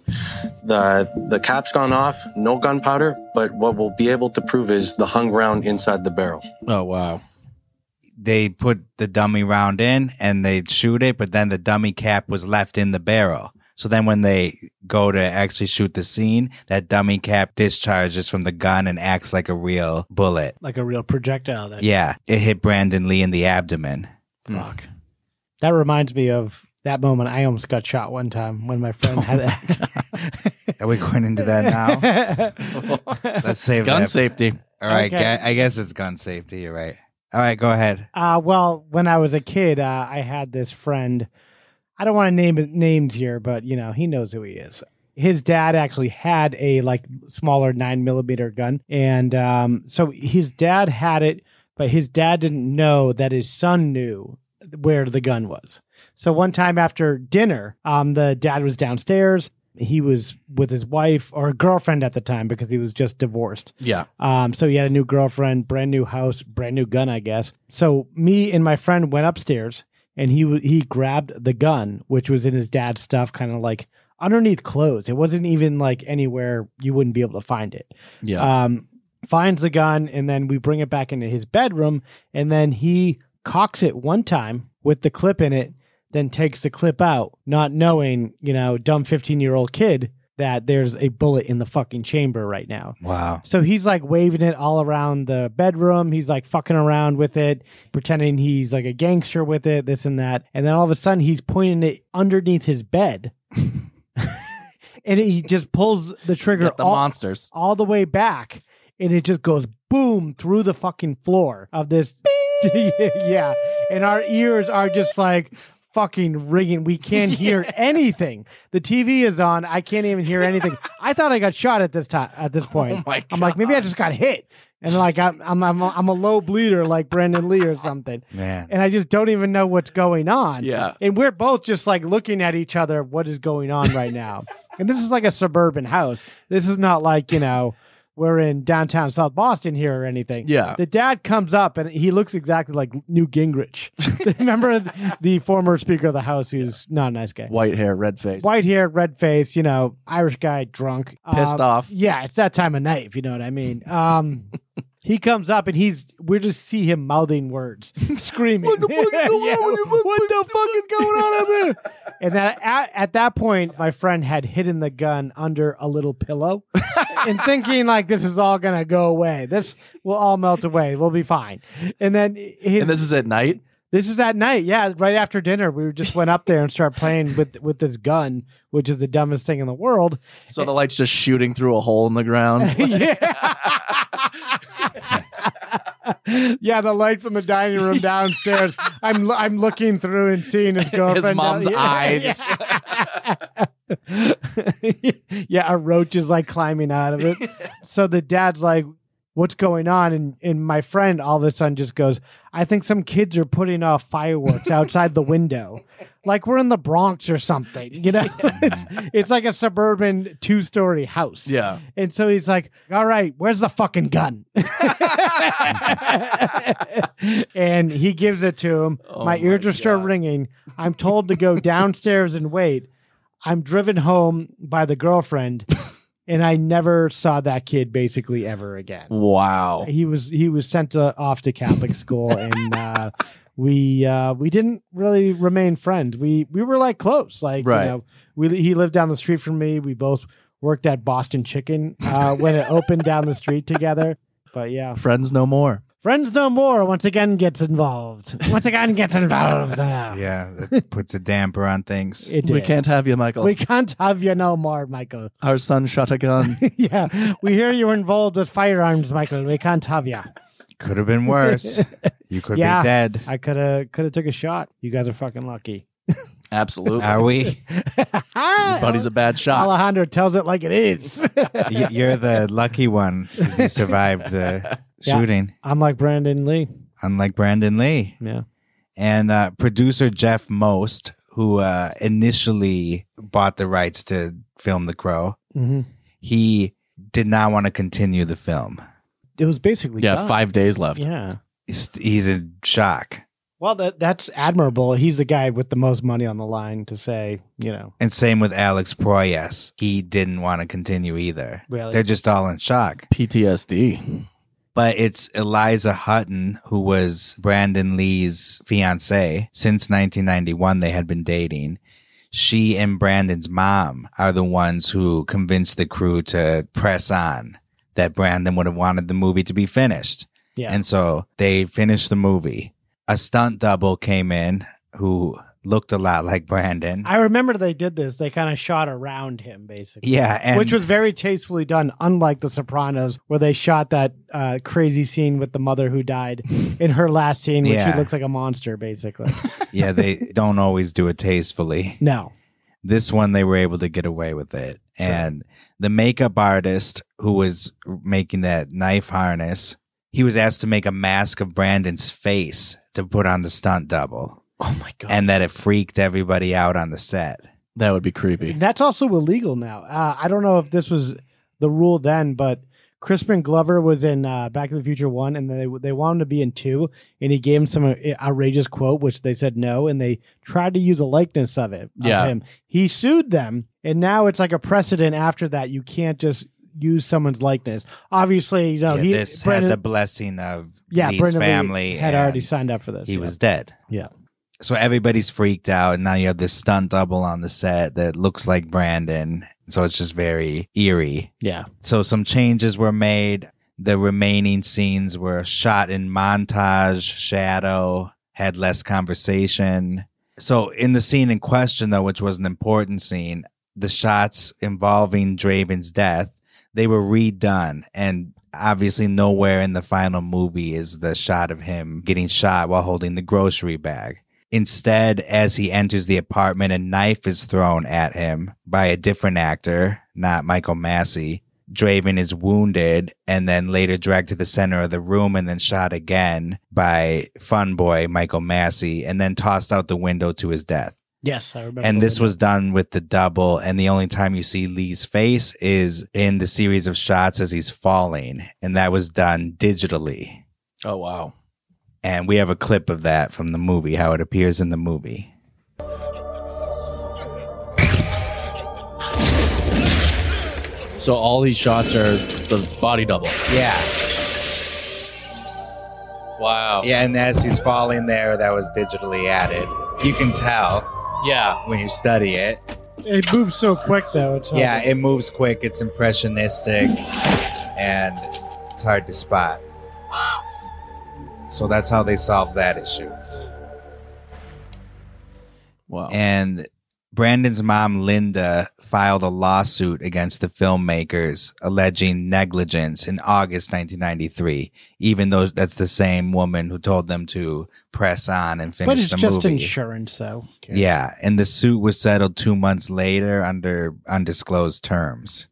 the the cap's gone off, no gunpowder, but what we'll be able to prove is the hung round inside the barrel. Oh, wow. They put the dummy round in and they shoot it, but then the dummy cap was left in the barrel. So then when they go to actually shoot the scene, that dummy cap discharges from the gun and acts like a real bullet. like a real projectile. That Yeah, it hit Brandon Lee in the abdomen. Fuck. That reminds me of that moment I almost got shot one time when my friend had Are we going into that now? Let's save gun that. safety. All right, Okay. gu- I guess it's gun safety. You're right. All right, go ahead. Uh, well, when I was a kid, uh, I had this friend. I don't want to name it names here, but you know he knows who he is. His dad actually had a like smaller nine millimeter gun, and um, so his dad had it, but his dad didn't know that his son knew where the gun was. So one time after dinner, um, the dad was downstairs. He was with his wife or girlfriend at the time because he was just divorced. Yeah. Um, so he had a new girlfriend, brand new house, brand new gun, I guess. So me and my friend went upstairs, and he w- he grabbed the gun, which was in his dad's stuff, kind of like underneath clothes. It wasn't even like anywhere you wouldn't be able to find it. Yeah. Um, finds the gun, and then we bring it back into his bedroom, and then he cocks it one time with the clip in it, then takes the clip out, not knowing, you know, dumb fifteen year old kid that there's a bullet in the fucking chamber right now. Wow. So he's like waving it all around the bedroom. He's like fucking around with it, pretending he's like a gangster with it, this and that. And then all of a sudden, he's pointing it underneath his bed. and he just pulls the trigger Get the all, monsters. all the way back. And it just goes boom through the fucking floor of this. yeah. And our ears are just like fucking ringing. We can't hear anything. The TV is on. I can't even hear anything. I thought I got shot at this time at this point. Oh my I'm like, maybe I just got hit. And like I'm I'm I'm a, I'm a low bleeder like Brandon Lee or something. Man. And I just don't even know what's going on. Yeah. And we're both just like looking at each other, what is going on right now? and this is like a suburban house. This is not like, you know, we're in downtown South Boston here or anything. Yeah. The dad comes up and he looks exactly like Newt Gingrich. Remember the former Speaker of the House who's not a nice guy. White hair, red face. White hair, red face, you know, Irish guy, drunk, Pissed Um, off. Yeah, it's that time of night, if you know what I mean. Um, he comes up and he's we just see him mouthing words, screaming. what the fuck is going on? What the fuck is going on up here? And that at, at that point, my friend had hidden the gun under a little pillow, and thinking like this is all gonna go away. This will all melt away. We'll be fine. And then his, And this is at night. this is at night, yeah, right after dinner. We just went up there and started playing with with this gun, which is the dumbest thing in the world. So the light's just shooting through a hole in the ground. yeah. yeah, the light from the dining room downstairs. I'm lo- I'm looking through and seeing his girlfriend. down- mom's yeah, eye Yeah. yeah, a roach is like climbing out of it. so the dad's like, "What's going on?" And and my friend all of a sudden just goes, "I think some kids are putting off fireworks outside the window." Like we're in the Bronx or something, you know. it's, it's like a suburban two-story house. yeah. And so he's like, "All right, where's the fucking gun?" and he gives it to him. Oh my my ears are still God. ringing. I'm told to go downstairs and wait. I'm driven home by the girlfriend, and I never saw that kid basically ever again. Wow. He was he was sent uh off to Catholic school, and uh, we uh, we didn't really remain friends. We we were like close, like Right. you know, we he lived down the street from me. We both worked at Boston Chicken uh, when it opened down the street together. But yeah, Friends no more. friends no more. Once again, gets involved. Once again, gets involved. Uh, Yeah, that puts a damper on things. It We did. can't have you, Michael. We can't have you no more, Michael. Our son shot a gun. yeah, we hear you were involved with firearms, Michael. We can't have you. Could have been worse. You could Yeah. be dead. I could have could have took a shot. You guys are fucking lucky. Absolutely. Are we? Buddy's a bad shot. Alejandro tells it like it is. Y- You're the lucky one 'cause you survived the Yeah. shooting, I'm like Brandon Lee. unlike Brandon Lee. Yeah. and uh, producer Jeff Most, who uh, initially bought the rights to film The Crow, hmm he did not want to continue the film. It was basically Yeah, done. five days left. Yeah. He's, he's in shock Well, that that's admirable. He's the guy with the most money on the line to say, you know, and same with Alex Proyas. He didn't want to continue either. Really? They're just all in shock. PTSD. But it's Eliza Hutton, who was Brandon Lee's fiance since 1991. They had been dating. she and Brandon's mom are the ones who convinced the crew to press on that Brandon would have wanted the movie to be finished. Yeah. And so they finished the movie. A stunt double came in who looked a lot like Brandon. I remember they did this. They kind of shot around him, basically. Yeah, and- which was very tastefully done, unlike The Sopranos, where they shot that uh, crazy scene with the mother who died in her last scene, where Yeah. she looks like a monster, basically. yeah, they don't always do it tastefully. No. This one they were able to get away with it. And the makeup artist who was making that knife harness, he was asked to make a mask of Brandon's face to put on the stunt double. Oh my god. And that it freaked everybody out on the set. That would be creepy. That's also illegal now. Uh, I don't know if this was the rule then, but Crispin Glover was in uh, Back to the Future one, and they they wanted to be in two, and he gave him some uh, outrageous quote, which they said no, and they tried to use a likeness of it. of Yeah. him. he sued them, and now it's like a precedent. After that, you can't just use someone's likeness. Obviously, you know Yeah, he this Brendan- had the blessing of yeah, Lee's Brendan Lee family. had and already signed up for this. He yeah. was dead. Yeah. So everybody's freaked out. and Now you have this stunt double on the set that looks like Brandon. So it's just very eerie. Yeah. So some changes were made. The remaining scenes were shot in montage, shadow, had less conversation. So in the scene in question, though, which was an important scene, the shots involving Draven's death, they were redone. And obviously, nowhere in the final movie is the shot of him getting shot while holding the grocery bag. Instead, as he enters the apartment, a knife is thrown at him by a different actor, not Michael Massey. Draven is wounded and then later dragged to the center of the room and then shot again by fun boy Michael Massey and then tossed out the window to his death. Yes, I remember. And the this window. was done with the double. And the only time you see Lee's face is in the series of shots as he's falling. And that was done digitally. Oh wow. And we have a clip of that from the movie, how it appears in the movie. So all these shots are the body double. Yeah. Wow. Yeah. And as he's falling there, that was digitally added. You can tell. Yeah. When you study it. It moves so quick though. It's hard Yeah. to- It moves quick. It's impressionistic and it's hard to spot. So that's how they solved that issue. Wow. And Brandon's mom, Linda, filed a lawsuit against the filmmakers alleging negligence in August 1993, even though that's the same woman who told them to press on and finish but it's the just movie. insurance, though. Yeah, and the suit was settled two months later under undisclosed terms.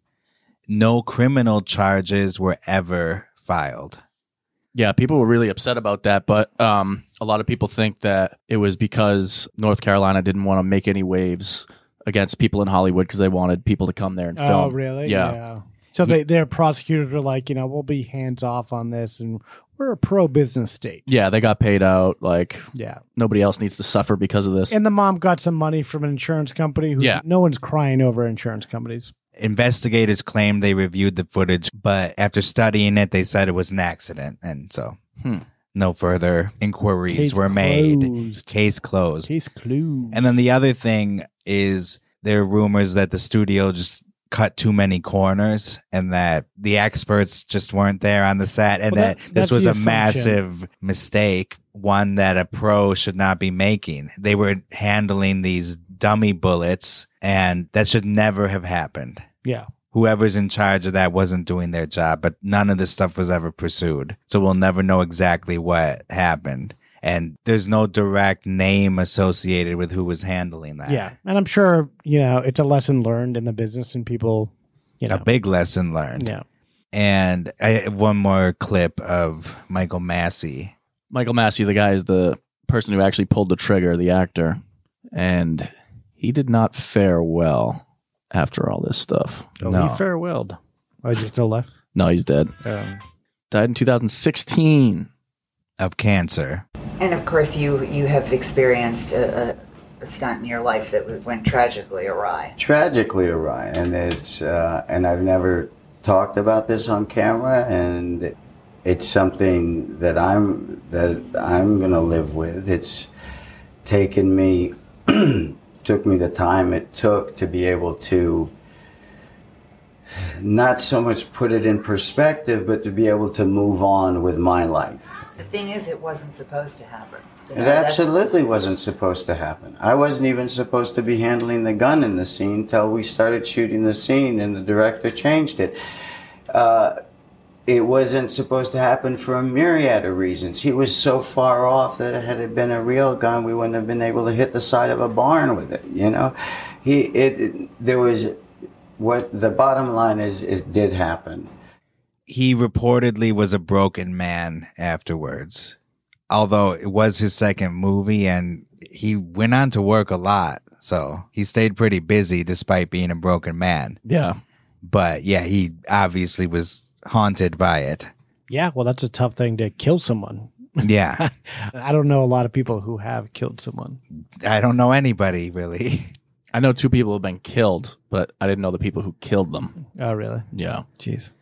No criminal charges were ever filed. Yeah, people were really upset about that, but um, a lot of people think that it was because North Carolina didn't want to make any waves against people in Hollywood because they wanted people to come there and film. Oh, really? Yeah. So they, their prosecutors were like, you know, we'll be hands off on this, and we're a pro business state. Yeah, they got paid out. Like, Yeah. nobody else needs to suffer because of this. And the mom got some money from an insurance company. Who, Yeah. No one's crying over insurance companies. Investigators claimed they reviewed the footage, but after studying it, they said it was an accident. And so Hmm. no further inquiries Case were made. closed. Case closed. Case Mm. clue. And then the other thing is there are rumors that the studio just cut too many corners and that the experts just weren't there on the set and Well, that, that- this that's was a the assumption. massive mistake, one that a pro should not be making. They were handling these dummy bullets and that should never have happened. Yeah. Whoever's in charge of that wasn't doing their job, but none of this stuff was ever pursued. So we'll never know exactly what happened. And there's no direct name associated with who was handling that. Yeah. And I'm sure, you know, it's a lesson learned in the business, and people, you know. A big lesson learned. Yeah. And I have one more clip of Michael Massey. Michael Massey, the guy, is the person who actually pulled the trigger, the actor, and he did not fare well after all this stuff. Oh, no, He farewelled. Oh, is he still left? no, he's dead. Um, Died in 2016 of cancer. And of course, you you have experienced a, a, a stunt in your life that w- went tragically awry. tragically awry, and it's uh, and I've never talked about this on camera, and it's something that I'm that I'm gonna live with. It's taken me took me the time it took to be able to not so much put it in perspective, but to be able to move on with my life. The thing is, it wasn't supposed to happen. You It know, that's- absolutely wasn't supposed to happen. I wasn't even supposed to be handling the gun in the scene till we started shooting the scene and the director changed it. Uh, it wasn't supposed to happen for a myriad of reasons. He was so far off that had it been a real gun, we wouldn't have been able to hit the side of a barn with it. You know, he it, it there was what the bottom line is. It did happen. He reportedly was a broken man afterwards, although it was his second movie and he went on to work a lot. So he stayed pretty busy despite being a broken man. Yeah. But yeah, he obviously was haunted by it. Yeah, well, that's a tough thing to kill someone. Yeah. I don't know a lot of people who have killed someone. I don't know anybody really. I know two people have been killed, but I didn't know the people who killed them. Oh, really? Yeah. Jeez.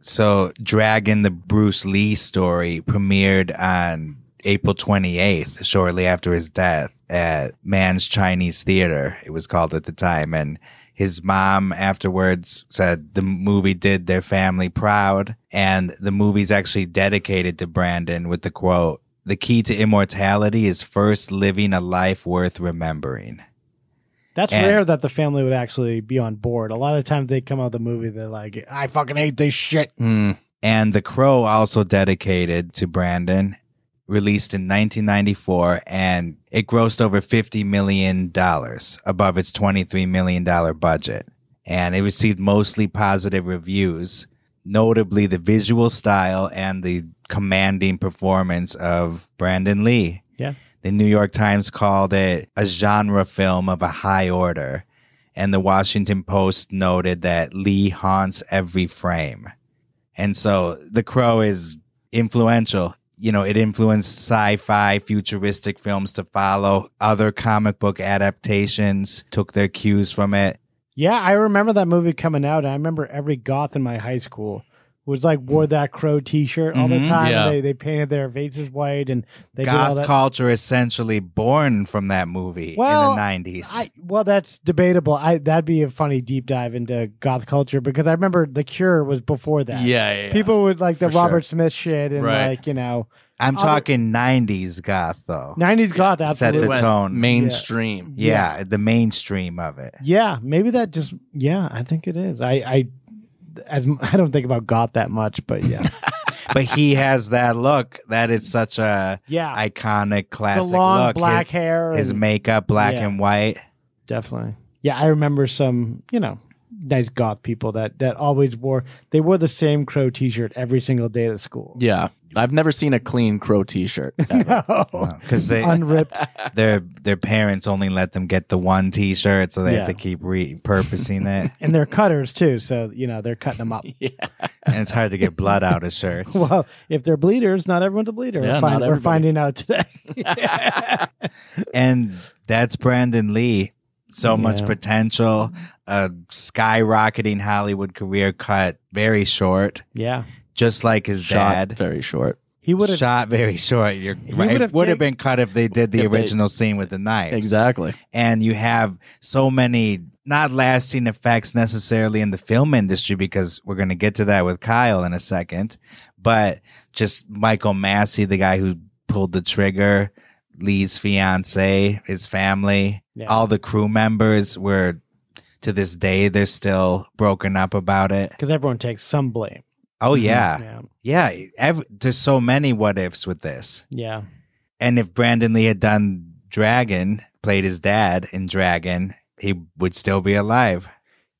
So, Dragon, the Bruce Lee story, premiered on April 28th, shortly after his death at Man's Chinese Theater, it was called at the time. And his mom afterwards said the movie did their family proud. And the movie's actually dedicated to Brandon with the quote, the key to immortality is first living a life worth remembering. That's And- rare that the family would actually be on board. A lot of times they come out of the movie, they're like, I fucking hate this shit. Hmm. And The Crow, also dedicated to Brandon, released in 1994, and it grossed over $50 million above its $23 million budget. And it received mostly positive reviews, notably the visual style and the commanding performance of Brandon Lee. Yeah. The New York Times called it a genre film of a high order, and the Washington Post noted that Lee haunts every frame. And so The Crow is influential. You know, it influenced sci fi, futuristic films to follow. Other comic book adaptations took their cues from it. Yeah, I remember that movie coming out. And I remember every goth in my high school was like wore that crow t shirt all Mhm. the time. Yeah. They, they painted their faces white and they did all Goth that. culture essentially born from that movie Well, in the 90s. I, well, that's debatable. I that'd be a funny deep dive into goth culture because I remember The Cure was before that. Yeah, yeah, yeah. people would like the For sure. Robert Smith shit and Right. like you know. I'm other- talking 90s goth, though. 90s goth Set absolutely the tone. mainstream. Yeah, the mainstream of it. Yeah, maybe that just yeah. I think it is. I I as I don't think about goth that much, but yeah, but he has that look that is such a Yeah. iconic classic long look. black his, hair his and- makeup, black Yeah. and white. definitely. Yeah, I remember some you know nice goth people that that always wore they wore the same crow t shirt every single day to school. Yeah. I've never seen a clean crow t shirt. because Uh, they unripped their their parents only let them get the one T-shirt, so they Yeah. have to keep repurposing it, And they're cutters too, so you know they're cutting them up. yeah. and it's hard to get blood out of shirts. Well, if they're bleeders, not everyone's a bleeder. Yeah, we're, fin- not we're everybody. finding out today. and that's Brandon Lee. So much Yeah. potential, a skyrocketing Hollywood career cut very short. Yeah. Just like his Shot dad. Very short. He would have shot very short. You're right. would've It would have take- been cut if they did the If they- original scene with the knives. Exactly. And you have so many not lasting effects necessarily in the film industry because we're going to get to that with Kyle in a second. But just Michael Massey, the guy who pulled the trigger, Lee's fiance, his family, Yeah. all the crew members were to this day, they're still broken up about it. because everyone takes some blame. Oh Mhm. yeah, yeah. ev- there's so many what ifs with this. Yeah. And if Brandon Lee had done Dragon, played his dad in Dragon, he would still be alive.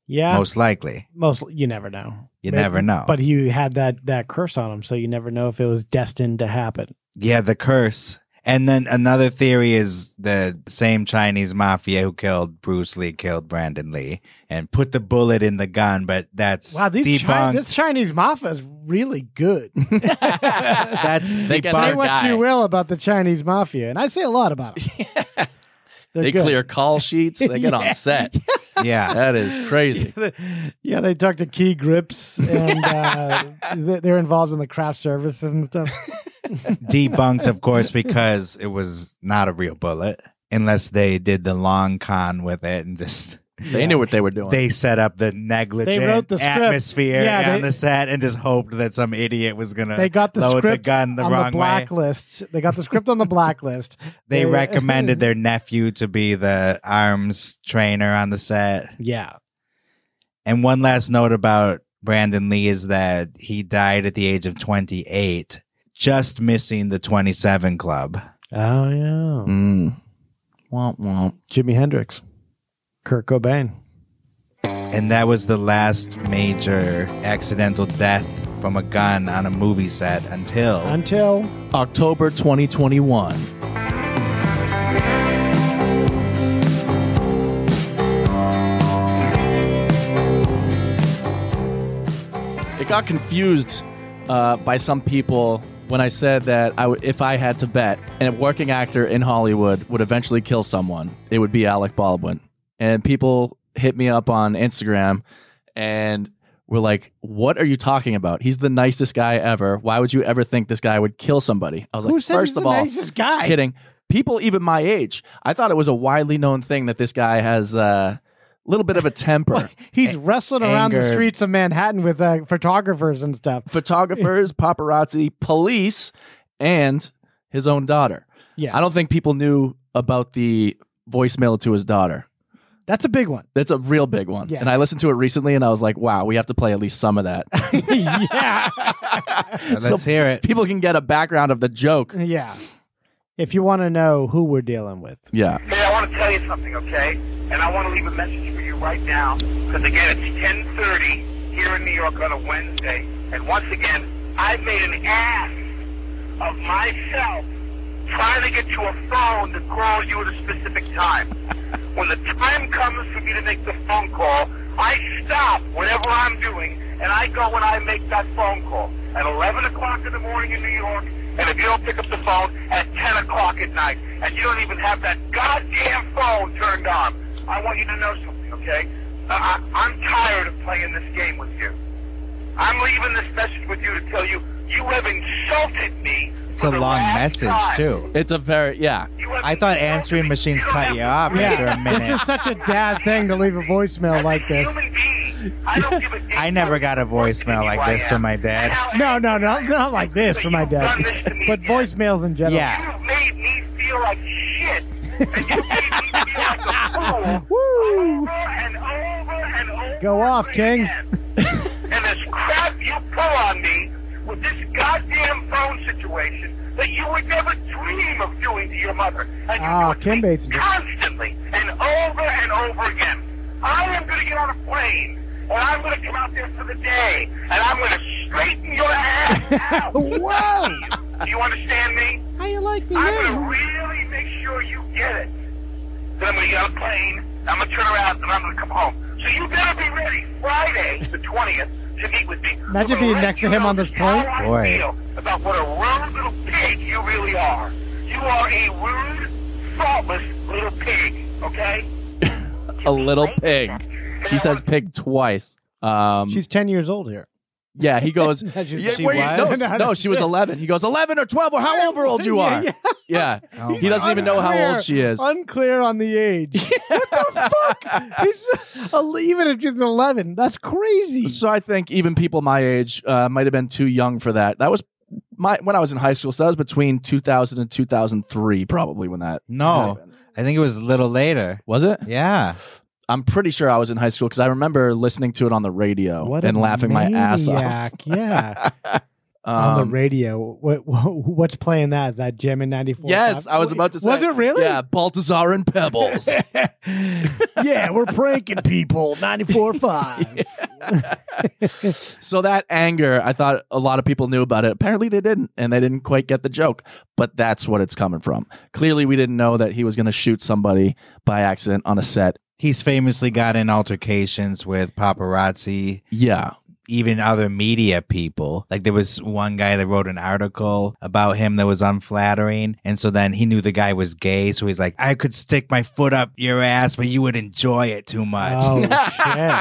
Yeah. most likely. Most you never know. You never know. But he had that that curse on him, so you never know if it was destined to happen. Yeah, the curse. And then another theory is the same Chinese mafia who killed Bruce Lee killed Brandon Lee and put the bullet in the gun, but that's Wow, these Chi- debunked. this Chinese mafia is really good. that's They debunked. say what you will about the Chinese mafia, and I say a lot about them. They good. clear call sheets. They get Yeah. on set. Yeah. That is crazy. Yeah, they talk to key grips, and uh, th- they're involved in the craft services and stuff. debunked, of course, because it was not a real bullet. unless they did the long con with it and just. They knew what they were doing. They set up the negligent They wrote the script. atmosphere Yeah, on they- the set and just hoped that some idiot was gonna They got the load script the gun the on wrong the way. blacklist. They got the script on the blacklist. They recommended their nephew to be the arms trainer on the set. Yeah. And one last note about Brandon Lee is that he died at the age of 28, just missing the 27 club. Oh yeah. Mm. Womp womp. Jimi Hendrix, Kurt Cobain. And that was the last major accidental death from a gun on a movie set until Until October 2021. It got confused uh, by some people when I said that I w- if I had to bet, and a working actor in Hollywood would eventually kill someone, it would be Alec Baldwin. And people hit me up on Instagram and were like, What are you talking about? He's the nicest guy ever. Why would you ever think this guy would kill somebody? I was Who like, said First he's of the all, nicest guy?" kidding. People even my age, I thought it was a widely known thing that this guy has uh, a little bit of a temper. He's wrestling around the anger. streets of Manhattan with uh, photographers and stuff. photographers, paparazzi, police, and his own daughter. Yeah. I don't think people knew about the voicemail to his daughter. That's a big one. That's a real big one. Yeah. And I listened to it recently and I was like, wow, we have to play at least some of that. yeah. Let's hear it. People can get a background of the joke. Yeah. If you want to know who we're dealing with. Yeah. Hey, I want to tell you something, okay? And I want to leave a message for you right now, because again, it's 10:30 here in New York on a Wednesday, and once again, I've made an ass of myself trying to get you a phone to call you at a specific time. When the time comes for me to make the phone call, I stop whatever I'm doing and I go and I make that phone call at 11 o'clock in the morning in New York. And if you don't pick up the phone at 10 o'clock at night and you don't even have that goddamn phone turned on, I want you to know something, okay? Uh, I, I, I'm tired of playing this game with you. I'm leaving this message with you to tell you you have insulted me. it's a long message too. It's a very yeah. I thought answering machines cut you off after a This minute. is such a dad thing to leave a voicemail like this. I never got a voicemail like this from my dad. No, no, no, not like this for my dad. But voicemails in general. Yeah. You made me feel like shit. And you made me feel like a fool. Over and over and over. Go off, King. And this crap you pull on me with this goddamn phone situation that you would never dream of doing to your mother. And you Ah, Kim Basinger. constantly and over and over again. I am going to get on a plane and I'm going to come out there for the day and I'm going to straighten your ass out. Whoa! Do you understand me? How you like me I'm going to really make sure you get it. Then I'm going to get on a plane, I'm going to turn around, and I'm going to come home. So you better be ready Friday, the 20th, to meet with me. Imagine being next to him on this plane. How I feel about what a rude little pig you really are. You are a rude, thoughtless little pig, okay? A little pig. He says pig twice. Um, She's 10 years old here. yeah, he goes. No, she's- "Yeah, she where you- was? no, no, she was 11. He goes 11 or 12 or however old you Yeah, are. yeah. Oh Yeah, he doesn't even know how old she is. Unclear on the age. what the fuck? He's, ele- even if she's 11, that's crazy. So I think even people my age uh, might have been too young for that. That was my when I was in high school. So that was between 2000 and 2003, probably when that. Oh. No, I think it was a little later. Was it? Yeah. I'm pretty sure I was in high school because I remember listening to it on the radio What a and laughing my ass off. maniac. yeah. on the Um, radio. What, what- what's playing that? Is that Jim in 94? Yes, I was about to say. Was it really? Yeah, Baltazar and Pebbles. yeah, we're pranking people. 94.5. so that anger, I thought a lot of people knew about it. Apparently they didn't, and they didn't quite get the joke, but that's what it's coming from. Clearly, we didn't know that he was going to shoot somebody by accident on a set. He's famously got in altercations with paparazzi. Yeah. Even other media people. Like there was one guy that wrote an article about him that was unflattering. And so then he knew the guy was gay. So he's like, I could stick my foot up your ass, but you would enjoy it too much. Oh,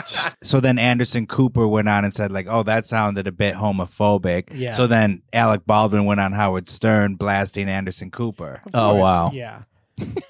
shit. So then Anderson Cooper went on and said, like, oh, that sounded a bit homophobic. Yeah. So then Alec Baldwin went on Howard Stern blasting Anderson Cooper. Oh wow. Yeah.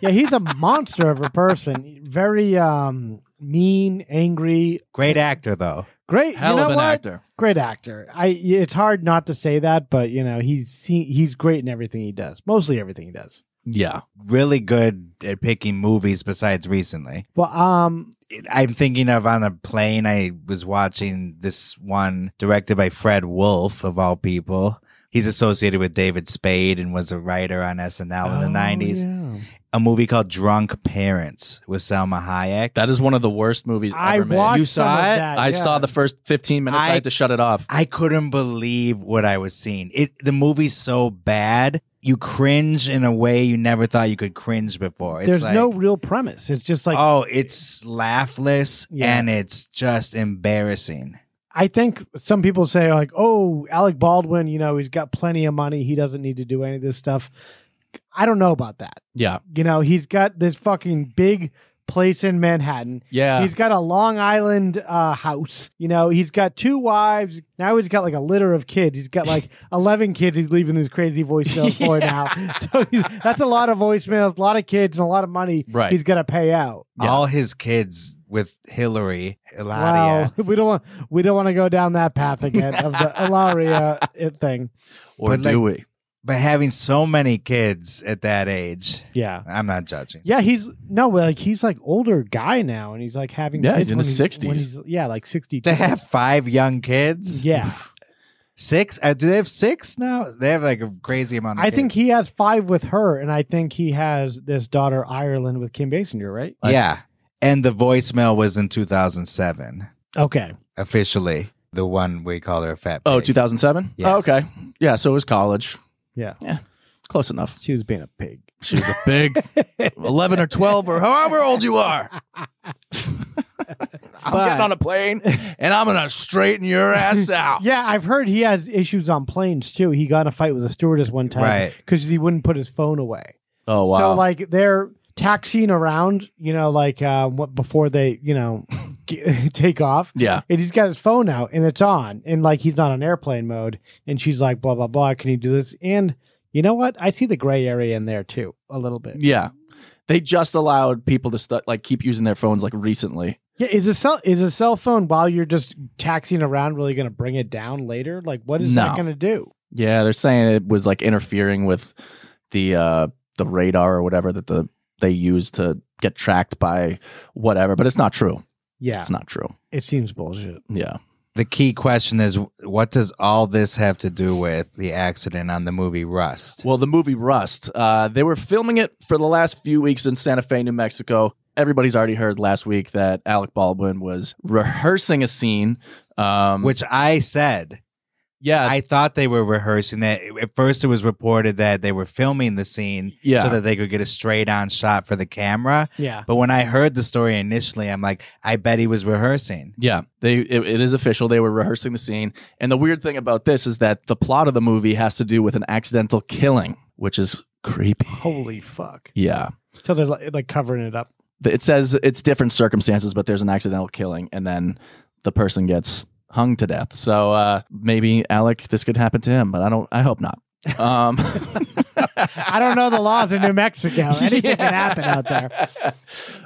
yeah, he's a monster of a person. Very um, mean, angry. Great actor, though. Great, Hell you know of an what? actor. Great actor. I. It's hard not to say that, but you know he's he, he's great in everything he does. Mostly everything he does. Yeah. Really good at picking movies besides recently. Well, um, I'm thinking of on a plane, I was watching this one directed by Fred Wolf, of all people. He's associated with David Spade and was a writer on SNL Oh, in the 90s. A movie called Drunk Parents with Selma Hayek. That is one of the worst movies I ever made. watched You saw some of it? that, I yeah. saw the first 15 minutes. I, I- had to shut it off. I couldn't believe what I was seeing. It the movie's so bad, you cringe in a way you never thought you could cringe before. It's There's like, no real premise. It's just like oh, it's laughless Yeah. and it's just embarrassing. I think some people say like, "Oh, Alec Baldwin, you know, he's got plenty of money. He doesn't need to do any of this stuff." I don't know about that. Yeah. You know, he's got this fucking big place in Manhattan. Yeah. He's got a Long Island uh, house. You know, he's got two wives. Now he's got like a litter of kids. He's got like 11 kids he's leaving these crazy voicemails for now. So he's, that's a lot of voicemails, a lot of kids, and a lot of money Right. he's got to pay out. All his kids with Hillary Hilaria. Wow, we don't want we don't want to go down that path again of the Ilaria it thing. like, But having so many kids at that age. Yeah. I'm not judging. Yeah, he's no, like he's like older guy now, and he's like having Yeah, kids he's in when his he- when 60s. he's- yeah, like sixty. They have five young kids. Yeah. Six? Uh, do they have six now? They have like a crazy amount of I kids. think he has five with her, and I think he has this daughter Ireland with Kim Basinger, right? yeah. And the voicemail was in 2007, Okay. officially. The one we call her a fat. Oh, 2007? Yes. Oh, okay. Yeah. So it was college. Yeah. Yeah. Close enough. She was being a pig. She was a pig. 11 or 12 or however old you are. I'm getting on a plane and I'm going to straighten your ass out. yeah, I've heard he has issues on planes too. He got in a fight with a stewardess one time Right. because he wouldn't put his phone away. Oh, So wow. like they're taxiing around, you know, like uh, what before they, you know, g- take off. Yeah. And he's got his phone out and it's on, and like he's not on airplane mode. And she's like, blah blah blah. Can you do this? And you know what? I see the gray area in there too, a little bit. Yeah. They just allowed people to stu- like keep using their phones like recently. Yeah, is a cell is a cell phone while you're just taxiing around really going to bring it down later? Like, what is No. that going to do? Yeah, they're saying it was like interfering with the uh the radar or whatever that the they use to get tracked by whatever, but it's not true. Yeah. It's not true. It seems bullshit. Yeah. The key question is what does all this have to do with the accident on the movie Rust? Well, the movie Rust, uh, they were filming it for the last few weeks in Santa Fe, New Mexico. Everybody's already heard last week that Alec Baldwin was rehearsing a scene, um, which I said. Yeah. I thought they were rehearsing that. At first, it was reported that they were filming the scene Yeah. so that they could get a straight on shot for the camera. Yeah. But when I heard the story initially, I'm like, I bet he was rehearsing. Yeah, they it, it is official. They were rehearsing the scene, and the weird thing about this is that the plot of the movie has to do with an accidental killing, which is creepy. Holy fuck! Yeah, So they're like, like covering it up. it says it's different circumstances, but there's an accidental killing, and then the person gets hung to death. So uh, maybe Alec, this could happen to him, but I don't. I hope not. Um, I don't know the laws in New Mexico. Anything can happen out there.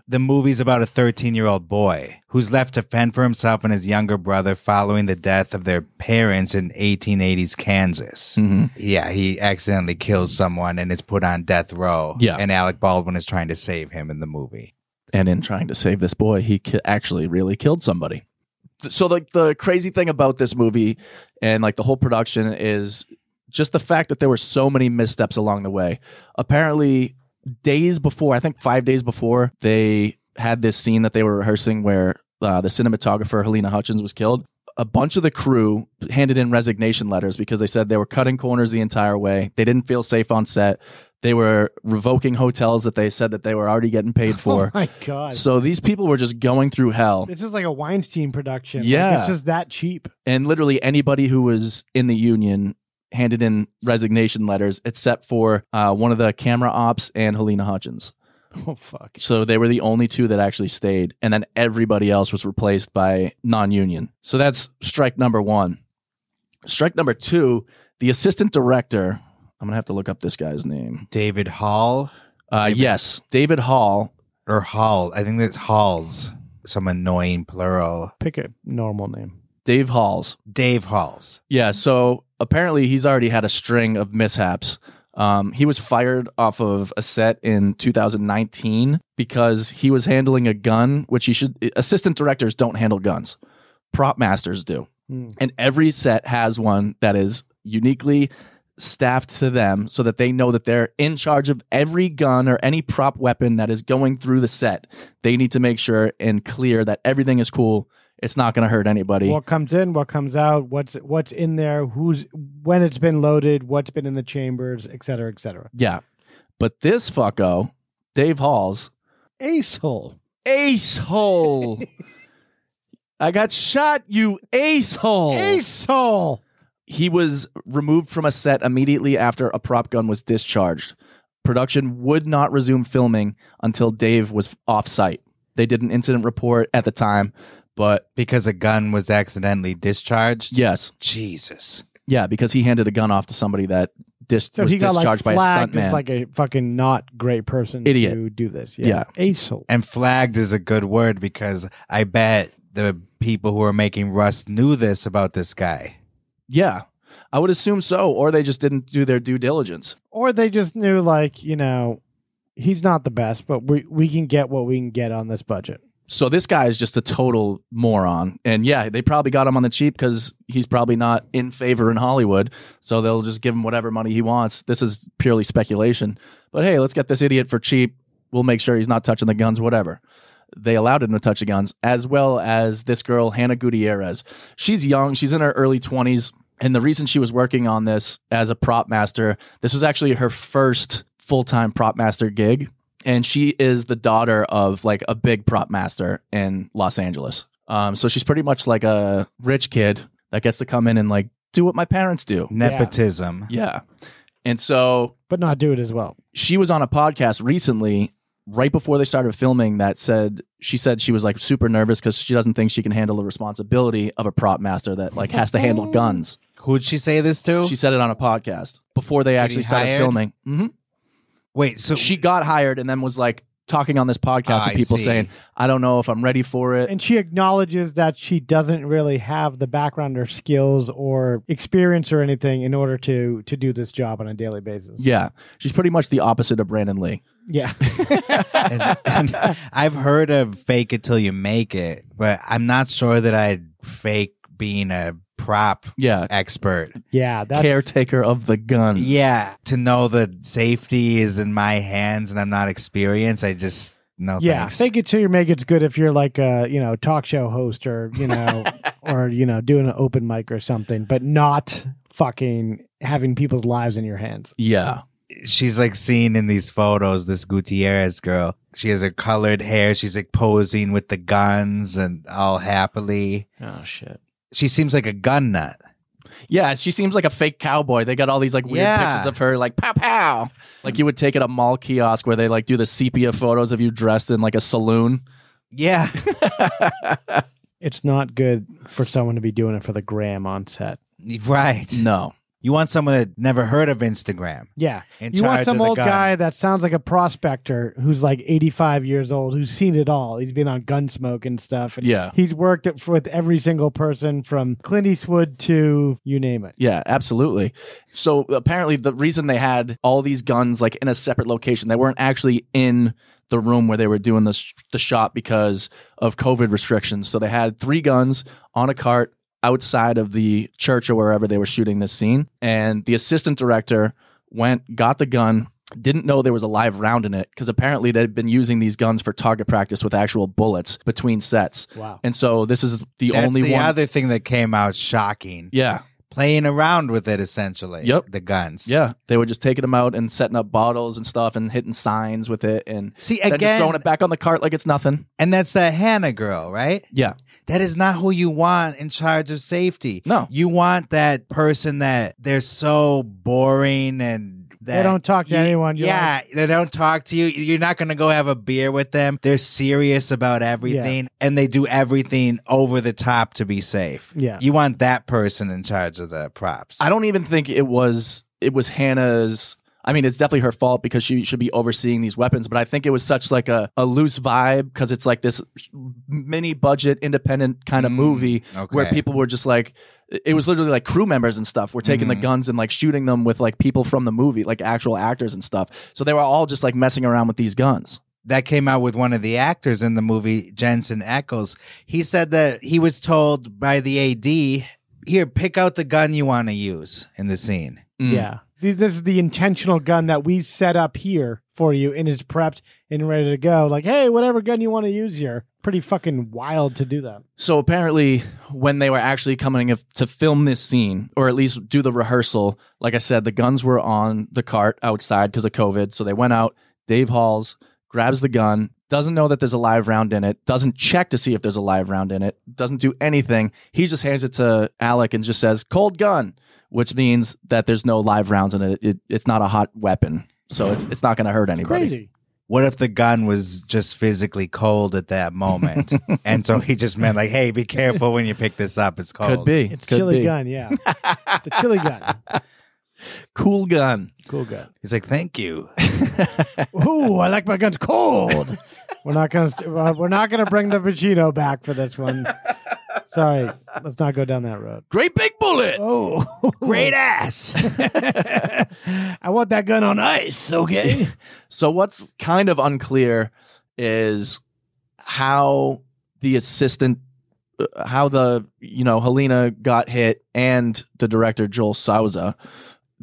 The movie's about a 13 year old boy who's left to fend for himself and his younger brother following the death of their parents in 1880s Kansas. Hmm. mhm. Yeah, he accidentally kills someone and is put on death row. Yeah. And Alec Baldwin is trying to save him in the movie. and in trying to save this boy, he ki- actually really killed somebody. Th- So like the crazy thing about this movie and like the whole production is just the fact that there were so many missteps along the way. Apparently, days before, I think five days before, they had this scene that they were rehearsing where uh, the cinematographer Helena Hutchins was killed. A bunch of the crew handed in resignation letters because they said they were cutting corners the entire way. They didn't feel safe on set. They were revoking hotels that they said that they were already getting paid for. Oh My God, So these people were just going through hell. this is like a Weinstein production. Like, Yeah. it's just that cheap. And literally anybody who was in the union handed in resignation letters except for uh, one of the camera ops and Helena Hutchins. Oh fuck! So they were the only two that actually stayed. And then everybody else was replaced by non union. So that's strike number one. Strike number two, the assistant director, I'm going to have to look up this guy's name. David Hall. Uh, yes, David Hall. Or Hall. I think that's Halls. Some annoying plural. Pick a normal name. Dave Halls. Dave Halls. Yeah. So apparently he's already had a string of mishaps. Um, he was fired off of a set in 2019 because he was handling a gun, which he should. Assistant directors don't handle guns, prop masters do. Mm. And every set has one that is uniquely staffed to them so that they know that they're in charge of every gun or any prop weapon that is going through the set. They need to make sure and clear that everything is cool. It's not going to hurt anybody. What comes in, what comes out, what's what's in there, who's when it's been loaded, what's been in the chambers, et cetera, et cetera. yeah. But this fucko, Dave Halls, Ace hole. Ace hole. I got shot, you ace hole. Ace hole. He was removed from a set immediately after a prop gun was discharged. Production would not resume filming until Dave was off site. They did an incident report at the time, but because a gun was accidentally discharged. Yes. Jesus. Yeah, because he handed a gun off to somebody that dis- So was he got like discharged by a flagged as stuntman. like a fucking not great person Idiot. to do this. Yeah. Yeah. Ace hole. And flagged is a good word because I bet the people who are making Rust knew this about this guy. yeah, I would assume so, or they just didn't do their due diligence. Or they just knew like, you know, he's not the best, but we we can get what we can get on this budget. So this guy is just a total moron. And yeah, they probably got him on the cheap because he's probably not in favor in Hollywood. So they'll just give him whatever money he wants. This is purely speculation. But hey, let's get this idiot for cheap. We'll make sure he's not touching the guns, whatever. They allowed him to touch the guns, as well as this girl, Hannah Gutierrez. She's young, she's in her early 20s. And the reason she was working on this as a prop master, this was actually her first full time prop master gig and she is the daughter of like a big prop master in Los Angeles. Um, so she's pretty much like a rich kid that gets to come in and like do what my parents do. Nepotism. Yeah. And so But not do it as well. she was on a podcast recently right before they started filming that said she said she was like super nervous because she doesn't think she can handle the responsibility of a prop master that like has to Oh. handle guns. Who'd she say this to? She said it on a podcast before they Getting actually started hired? filming. hmm Wait, so she got hired and then was like talking on this podcast I with people see. saying, I don't know if I'm ready for it. And she acknowledges that she doesn't really have the background or skills or experience or anything in order to to do this job on a daily basis. Yeah. She's pretty much the opposite of Brandon Lee. Yeah. and, and I've heard of fake it till you make it, but I'm not sure that I'd fake being a prop Yeah. expert. Yeah, that's Caretaker of the Mm. gun. Yeah, to know that safety is in my hands and I'm not experienced, I just no yeah. Oh, thanks. Fake it till you make it's good if you're like a you know talk show host or you know or you know doing an open mic or something, but not fucking having people's lives in your hands. Yeah. she's like seen in these photos, this Gutierrez girl. She has her colored hair. She's like posing with the guns and all happily. Oh shit. She seems like a gun nut. Yeah. She seems like a fake cowboy. They got all these like weird Yeah. pictures of her, like pow pow. Like you would take at a mall kiosk where they like do the sepia photos of you dressed in like a saloon. Yeah. It's not good for someone to be doing it for the gram on set. right. No. You want someone that never heard of Instagram. Yeah. In you charge want of some the old gun. guy that sounds like a prospector who's like 85 years old, who's seen it all. He's been on Gunsmoke and stuff. And Yeah. He's worked it for, with every single person from Clint Eastwood to you name it. Yeah, absolutely. So apparently, the reason they had all these guns like in a separate location, they weren't actually in the room where they were doing the sh- the shot because of COVID restrictions. So they had three guns on a cart outside of the church or wherever they were shooting this scene, and the assistant director went got the gun. Didn't know there was a live round in it because apparently they'd been using these guns for target practice with actual bullets between sets. Wow. And so this is the That's only the one. other thing that came out shocking. yeah. Playing around with it essentially. Yep. The guns. Yeah, they were just taking them out and setting up bottles and stuff and hitting signs with it and See then just again throwing it back on the cart like it's nothing. and that's that Hannah girl, right? Yeah, That is not who you want in charge of safety. No. You want that person that they're so boring and that don't talk to you- anyone. You're yeah, they don't talk to you. You're not going to go have a beer with them. They're serious about everything and they do everything over the top to be safe. Yeah. You want that person in charge of the props. I don't even think it was it was Hannah's. I mean, it's definitely her fault because she should be overseeing these weapons. But I think it was such like a, a loose vibe because it's like this mini budget independent kind of movie where Mm, okay. people were just like, it was literally like crew members and stuff were taking the Mhm. guns and like shooting them with like people from the movie, like actual actors and stuff. So they were all just like messing around with these guns. that came out with one of the actors in the movie, Jensen Eccles. He said that he was told by the AD, "Here, pick out the gun you want to use in the scene." Yeah. Th- This is the intentional gun that we set up here for you and is prepped and ready to go. Like, hey, whatever gun you want to use here. Pretty fucking wild to do that. So apparently, when they were actually coming if- to film this scene, or at least do the rehearsal, like I said, the guns were on the cart outside because of COVID. So they went out. Dave Halls grabs the gun, doesn't know that there's a live round in it, doesn't check to see if there's a live round in it, doesn't do anything. He just hands it to Alec and just says, "Cold gun," which means that there's no live rounds in it. it it's not a hot weapon, so it's it's not going to hurt anybody. What if the gun was just physically cold at that moment, and so he just meant like, "Hey, be careful when you pick this up; it's cold." Could be. It's Could chili be. gun, yeah. the chili gun. Cool gun. Cool gun. He's like, "Thank you." Ooh, I like my guns cold. we're not gonna st- uh, we're not gonna bring the Pacino back for this one. Sorry, let's not go down that road. Great big bullet. Oh, great ass. I want that gun on ice. Okay. so what's kind of unclear is how the assistant uh, how the you know Helena got hit and the director Joel Souza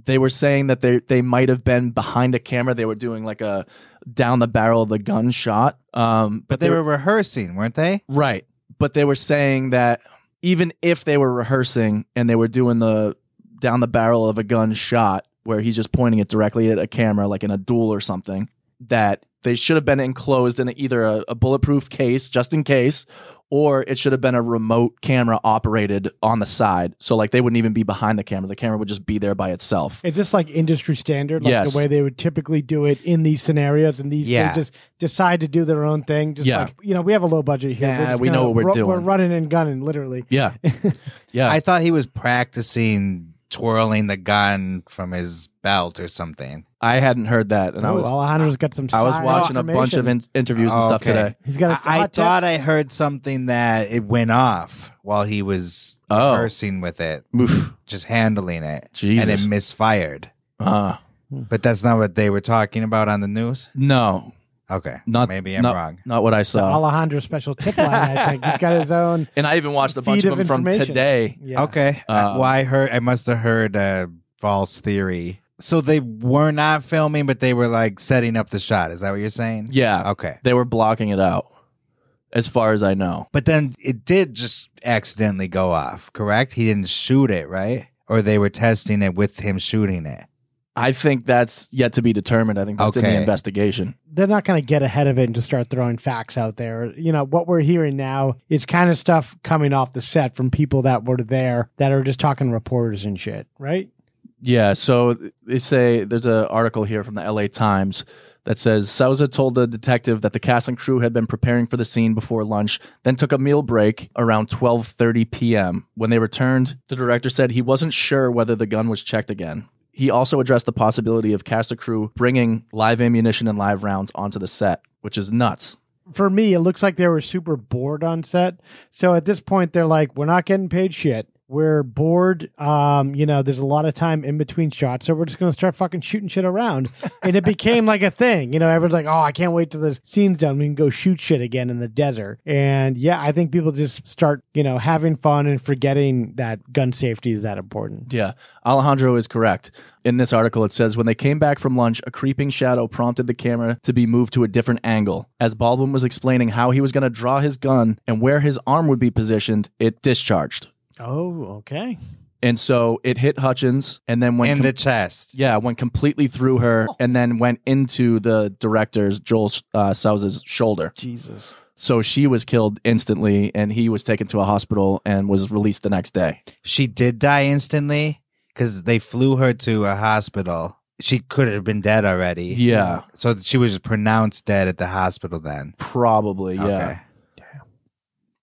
they were saying that they they might have been behind a camera they were doing like a down the barrel of the gun shot um but, they were rehearsing weren't they right but they were saying that even if they were rehearsing and they were doing the down the barrel of a gun shot where he's just pointing it directly at a camera like in a duel or something that they should have been enclosed in either a, a bulletproof case just in case or it should have been a remote camera operated on the side so like they wouldn't even be behind the camera the camera would just be there by itself Is this like industry standard, like Yes. the way they would typically do it in these scenarios? And these, Yeah. they just decide to do their own thing. Just Yeah. like you know, we have a low budget here. Nah, just we gonna know what we're We're doing. running and gunning, literally. Yeah. Yeah. I thought he was practicing twirling the gun from his belt or something. i hadn't heard that and i Ooh, was Alejandro's got some. i was side watching a bunch of in- information. interviews and stuff Okay. today He's got. a I, I hot tip. thought I heard something that it went off while he was Oh. rehearsing with it, just handling it, and Jesus. it misfired. Ah. but that's not what they were talking about on the news. No. Okay. Not Maybe I'm not- wrong. Not what I the saw. Alejandro special tip line. I think he's got his own. and I even watched a bunch Feed of them of from information. today. Yeah. Okay. Uh, well, I heard. I must have heard a false theory. So they were not filming, but they were like setting up the shot. Is that what you're saying? Yeah. Okay. They were blocking it out, as far as I know. But then it did just accidentally go off. Correct? He didn't shoot it, right? Or they were testing it with him shooting it. I think that's yet to be determined. I think that's in Okay. the investigation. they're not going to get ahead of it and just start throwing facts out there. You know, what we're hearing now is kind of stuff coming off the set from people that were there that are just talking reporters and shit, right? Yeah. So they say there's an article here from the LA Times that says Souza told the detective that the cast and crew had been preparing for the scene before lunch, then took a meal break around 12:30 p.m. When they returned, the director said he wasn't sure whether the gun was checked again. He also addressed the possibility of cast and crew bringing live ammunition and live rounds onto the set, which is nuts. For me, it looks like they were super bored on set. So at this point, they're like, we're not getting paid shit. We're bored. Um, you know, there's a lot of time in between shots, so we're just gonna start fucking shooting shit around. and it became like a thing. You know, everyone's like, "Oh, I can't wait till this scene's done. We can go shoot shit again in the desert." And yeah, I think people just start, you know, having fun and forgetting that gun safety is that important. Yeah, Alejandro is correct. In this article, it says when they came back from lunch, a creeping shadow prompted the camera to be moved to a different angle. As Baldwin was explaining how he was going to draw his gun and where his arm would be positioned, it discharged. Oh, okay. And so it hit Hutchins and Oh. then went In the chest. Yeah, went completely through her and then went into the director's, Joel uh, Sousa's shoulder. Jesus. So she was killed instantly and he was taken to a hospital and was released the next day. She did die instantly because they flew her to a hospital. She could have been dead already. Yeah. So she was pronounced dead at the hospital then. Probably, yeah.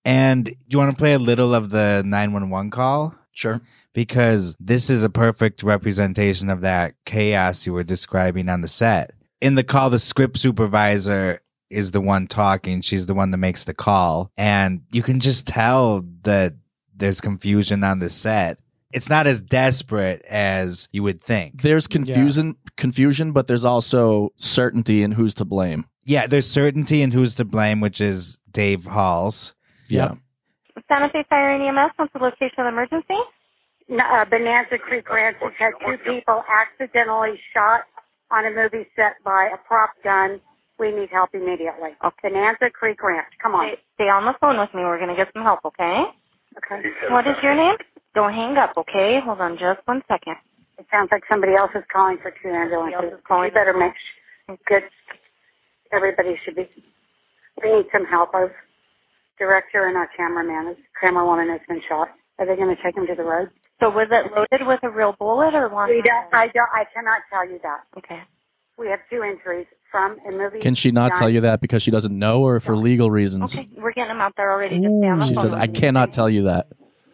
And do you want to play a little of the 911 call? Sure. Because this is a perfect representation of that chaos you were describing on the set. In the call, the script supervisor is the one talking. She's the one that makes the call. And you can just tell that there's confusion on the set. It's not as desperate as you would think. There's confusion, confusion, but there's also certainty in who's to blame. Yeah, there's certainty in who's to blame, which is Dave Halls. Yeah. Santa Fe Fire and EMS wants the location of emergency. N- uh, Bonanza Creek Ranch has had two people accidentally shot on a movie set by a prop gun. We need help immediately. Bonanza Creek Ranch, come on. Stay on the phone with me. We're going to get some help, okay? Okay. What is your name? Don't hang up, okay? Hold on just one second. It sounds like somebody else is calling for two ambulances. You better make sure. Good. Everybody should be. We need some help. Our director and our cameraman, is- camerawoman has been shot. Are they going to take him to the road? So was it loaded with a real bullet or one? We don't, I don't. I cannot tell you that. Okay. We have two injuries from a movie. Can she not done- tell you that because she doesn't know or for legal reasons? Okay, we're getting them out there already. She says, I cannot tell you that.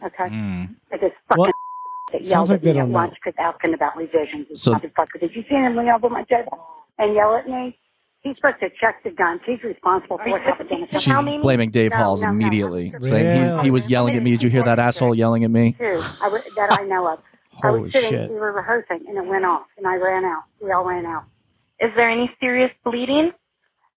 Okay. Like this fucking that yelled Sounds like at me they at don't know. lunch because asking about revisions. This So- motherfucker, did you see him lean over my table and yell at me? He's supposed to check the guns. He's responsible for what happened. She's blaming Dave No, Halls no, no. immediately, saying he's, he was yelling at me. Did you hear that asshole yelling at me? Two I w- that I know of. I Holy was sitting, shit. we were rehearsing, and it went off, and I ran out. We all ran out. Is there any serious bleeding?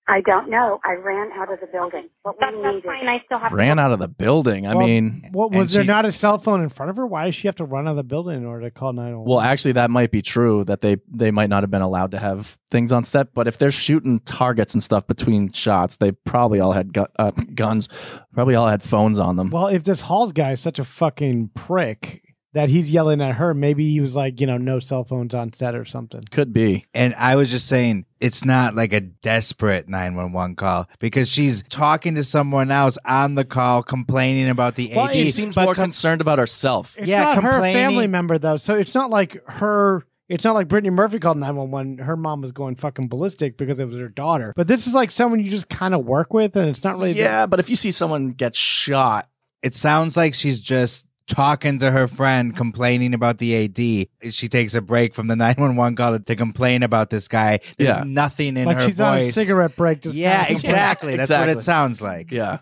I don't know. I ran out of the building. What we needed. Fine, I still have Ran out of the building. I Well, mean, What was there not a cell phone in front of her? Why does she have to run out of the building in order to call 911? Well, actually, that might be true that they they might not have been allowed to have things on set. But if they're shooting targets and stuff between shots, they probably all had gu- uh, guns. Probably all had phones on them. Well, if this Halls guy is such a fucking prick that he's yelling at her, maybe he was like, you know, no cell phones on set or something. Could be. And I was just saying, it's not like a desperate 911 call because she's talking to someone else on the call complaining about the Well, AD. she seems more concerned about herself. It's yeah, not her complaining. family member though, so it's not like her. It's not like Brittany Murphy called nine one one. Her mom was going fucking ballistic because it was her daughter. But this is like someone you just kind of work with, and it's not really. Yeah, but if you see someone get shot, It sounds like she's just talking to her friend, complaining about the AD. She takes a break from the 911 call to complain about this guy. There's Yeah. nothing in like her she's on a voice. cigarette break. Just Yeah, kinda- exactly. That's what it sounds like. Yeah.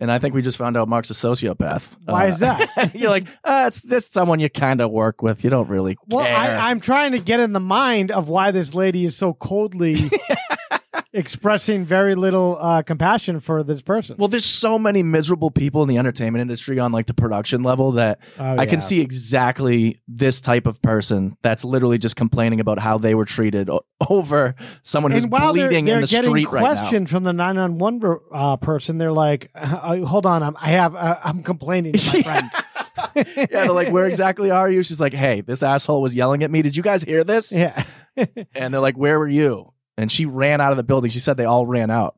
And I think we just found out Mark's a sociopath. Why Uh, is that? You're like, uh, it's just someone you kind of work with. You don't really Well, care. I, I'm trying to get in the mind of why this lady is so coldly expressing very little uh, compassion for this person. Well, there's so many miserable people in the entertainment industry on like the production level that Oh, I can yeah. see exactly this type of person that's literally just complaining about how they were treated o- over someone who's and while they're, bleeding they're in the getting street right now. questioned from the 911 re- uh, person, they're like, uh, "Hold on, I'm, I have, uh, I'm complaining to my friend." yeah, they're like, "Where exactly are you?" She's like, "Hey, this asshole was yelling at me. Did you guys hear this?" Yeah. and they're like, "Where were you?" And she ran out of the building. She said they all ran out,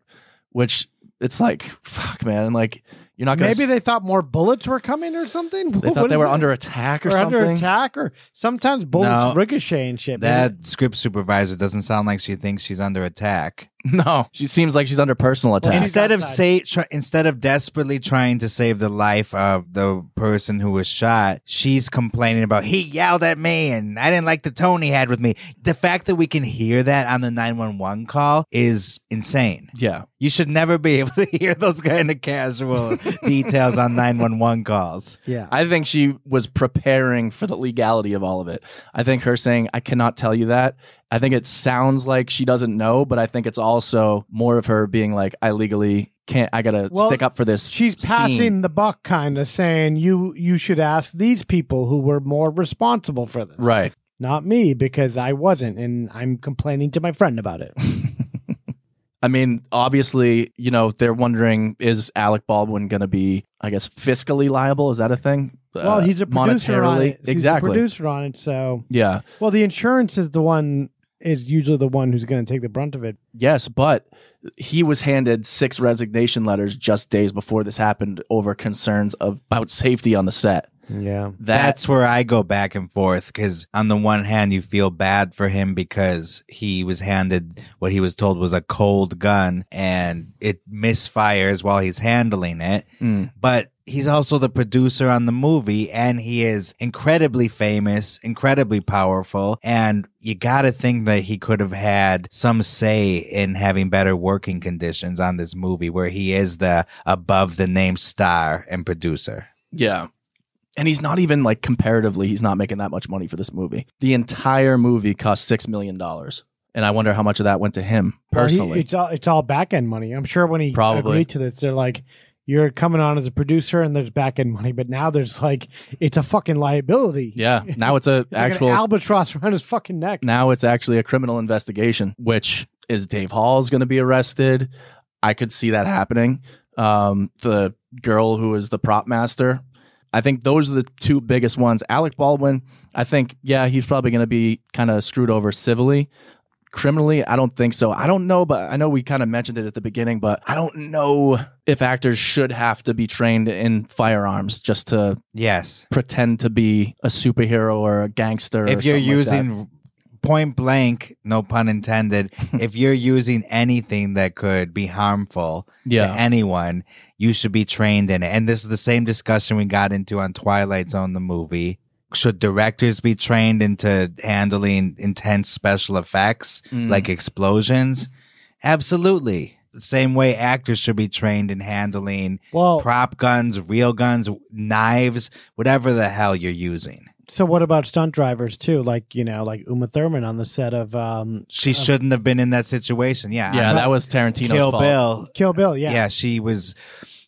which it's like, fuck, man, and like you're not gonna. Maybe s- they thought more bullets were coming or something. They thought What they is were that? under attack or, Or something. under attack, or sometimes bullets No. ricochet and shit. maybe. That script supervisor doesn't sound like she thinks she's under attack. No, she seems like she's under personal attack. Instead of say, try, instead of desperately trying to save the life of the person who was shot, she's complaining about he yelled at me and I didn't like the tone he had with me. The fact that we can hear that on the nine one one call is insane. Yeah, you should never be able to hear those kind of casual details on nine one one calls. Yeah. I think she was preparing for the legality of all of it. I think her saying, I cannot tell you that, I think it sounds like she doesn't know, but I think it's also more of her being like, I legally can't, I gotta Well, stick up for this. she's scene." passing the buck, kind of saying you you should ask these people who were more responsible for this, Right. Not me because I wasn't, and I'm complaining to my friend about it. I mean, obviously, you know, they're wondering is Alec Baldwin going to be, I guess, fiscally liable? Is that a thing? well, Uh, he's a producer on it. He's a exactly. producer on it, so Yeah. Well, the insurance is the one is usually the one who's going to take the brunt of it. Yes, but he was handed six resignation letters just days before this happened over concerns of, about safety on the set. Yeah. That's where I go back and forth because, on the one hand, you feel bad for him because he was handed what he was told was a mm, cold gun and it misfires while he's handling it. But He's also the producer on the movie, and he is incredibly famous, incredibly powerful. And you got to think that he could have had some say in having better working conditions on this movie, where he is the above the name star and producer. Yeah. And he's not even like comparatively, he's not making that much money for this movie. The entire movie cost six million dollars. And I wonder how much of that went to him Well, he- personally. it's all it's all back end money. I'm sure when he Probably. agreed to this, they're like, "You're coming on as a producer, and there's back end money." But now there's like, it's a fucking liability. yeah. Now it's a It's like an actual albatross around his fucking neck. now it's actually a criminal investigation, which is Dave Hall's going to be arrested. I could see that happening. Um, the girl who is the prop master. I think those are the two biggest ones. Alec Baldwin, I think, yeah, he's probably going to be kind of screwed over civilly. Criminally, I don't think so. I don't know, but I know we kind of mentioned it at the beginning, but I don't know if actors should have to be trained in firearms just to yes pretend to be a superhero or a gangster. or if you're something like that. using point blank, no pun intended, if you're using anything that could be harmful Yeah. to anyone, you should be trained in it. And this is the same discussion we got into on Twilight Zone, the movie. Should directors be trained into handling intense special effects Mm. like explosions? Absolutely. The same way actors should be trained in handling prop guns, real guns, knives, whatever the hell you're using. So what about stunt drivers too? Like you know, like Uma Thurman on the set of um, She of shouldn't have been in that situation. Yeah. Yeah, that was Tarantino's Kill fault. Bill. Kill Bill. Yeah. Yeah. she was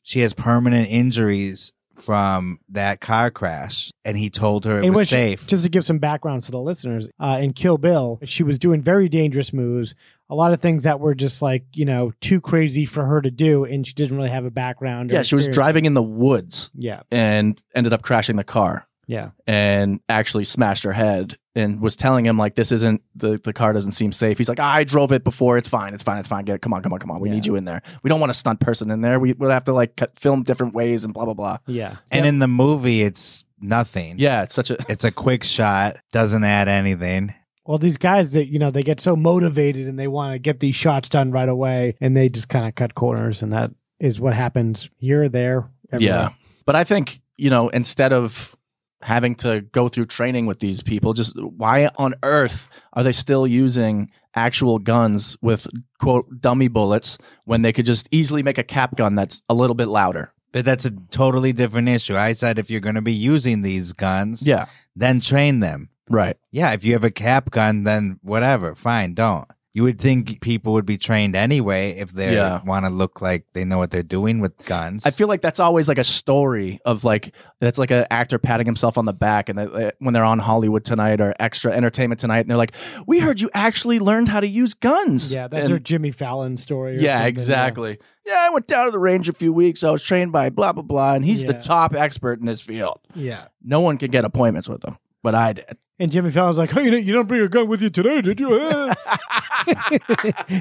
she has permanent injuries from that car crash and he told her it And when was she- safe. just to give some background to the listeners, uh, in Kill Bill, she was doing very dangerous moves, a lot of things that were just like you know too crazy for her to do, and she didn't really have a background. or Yeah, she was experience. driving in the woods. Yeah. And ended up crashing the car Yeah, and actually smashed her head and was telling him like this isn't the the car doesn't seem safe. He's like, I drove it before. It's fine. It's fine. It's fine. Get it. Come on. Come on. Come on. We need you in there. We don't want a stunt person in there. We would have to like cut, film different ways and blah blah blah. yeah. And in the movie it's nothing. Yeah, it's such a it's a quick shot, doesn't add anything. Well, these guys that you know they get so motivated and they want to get these shots done right away, and they just kind of cut corners, and that is what happens here, there, everywhere. Yeah. But I think, you know, instead of having to go through training with these people, just why on earth are they still using actual guns with quote dummy bullets when they could just easily make a cap gun that's a little bit louder? But that's a totally different issue. I said if you're going to be using these guns, yeah, then train them. Right. Yeah, if you have a cap gun, then whatever, fine, don't. You would think people would be trained anyway if they Yeah. want to look like they know what they're doing with guns. I feel like that's always like a story of like that's like an actor patting himself on the back, and that- that when they're on Hollywood Tonight or Extra Entertainment Tonight, and they're like, "We heard you actually learned how to use guns." Yeah, that's And- their Jimmy Fallon story. or Yeah, something, exactly. Yeah. I went down to the range a few weeks. I was trained by blah blah blah, and he's the Yeah. top expert in this field. Yeah. No one could get appointments with him, but I did. And Jimmy Fallon's like, "Oh, you didn't, you don't bring a gun with you today, did you?" Eh."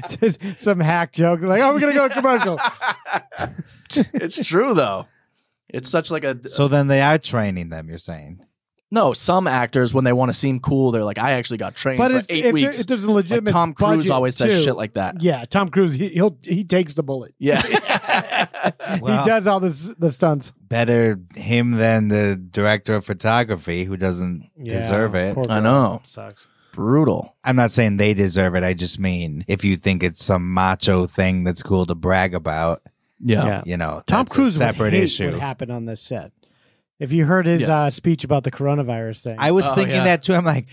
Just some hack joke. Like, "Oh, we're gonna go to commercial." it's true though. It's such like a so then they are training them, you're saying. no. Some actors, when they want to seem cool, they're like, "I actually got trained But for it's- eight if there- weeks." if there's a legitimate like Tom Cruise budget, always says too. shit like that. Yeah, Tom Cruise. He, he'll he takes the bullet. Yeah, he does all this the stunts. Better him than the director of photography who doesn't Yeah, deserve it. poor I guy. know. Sucks. Brutal. I'm not saying they deserve it. I just mean if you think it's some macho thing that's cool to brag about. Yeah. Yeah. You know, Tom that's a Cruise separate would hate issue. What happened on this set? If you heard his Yeah. uh, speech about the coronavirus thing, I was thinking that too. I'm like,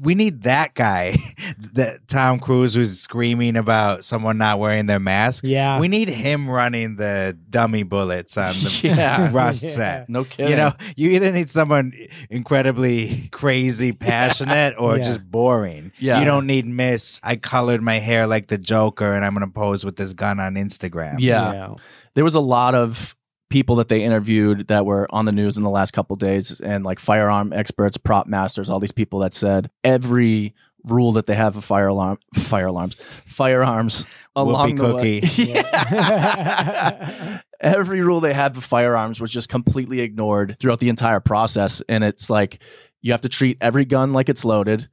we need that guy, that Tom Cruise who's screaming about someone not wearing their mask. Yeah, we need him running the dummy bullets on the Yeah. Rust Yeah. set. No You kidding. know, you either need someone incredibly crazy, passionate, or Yeah. just boring. Yeah. you don't need Miss. I colored my hair like the Joker, and I'm gonna pose with this gun on Instagram. Yeah. There was a lot of people that they interviewed that were on the news in the last couple days and like firearm experts, prop masters, all these people that said every rule that they have for fire alarm fire alarms firearms along the way- cookie. Yeah. every rule they had for firearms was just completely ignored throughout the entire process and it's like you have to treat every gun like it's loaded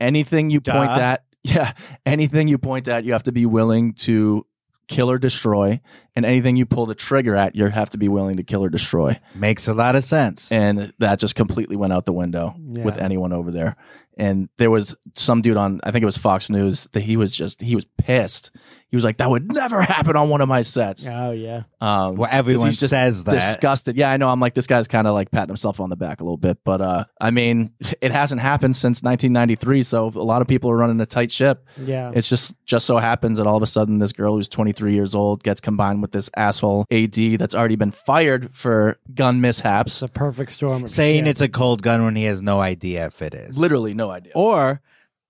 anything you point Duh. at yeah anything you point at you have to be willing to kill or destroy, and anything you pull the trigger at, you have to be willing to kill or destroy. Makes a lot of sense. And that just completely went out the window Yeah. with anyone over there. And there was some dude on, I think it was Fox News, that he was just he was pissed. He was like, "That would never happen on one of my sets." Oh yeah. Um, Well, everyone 'cause he's just says that. Disgusted. Yeah, I know. I'm like, this guy's kind of like patting himself on the back a little bit, but uh, I mean, it hasn't happened since 1993, so a lot of people are running a tight ship. Yeah. It's just just so happens that all of a sudden this girl who's 23 years old gets combined with this asshole AD that's already been fired for gun mishaps. The perfect storm. Saying it's a cold gun when he has no idea if it is. Literally no idea. Or,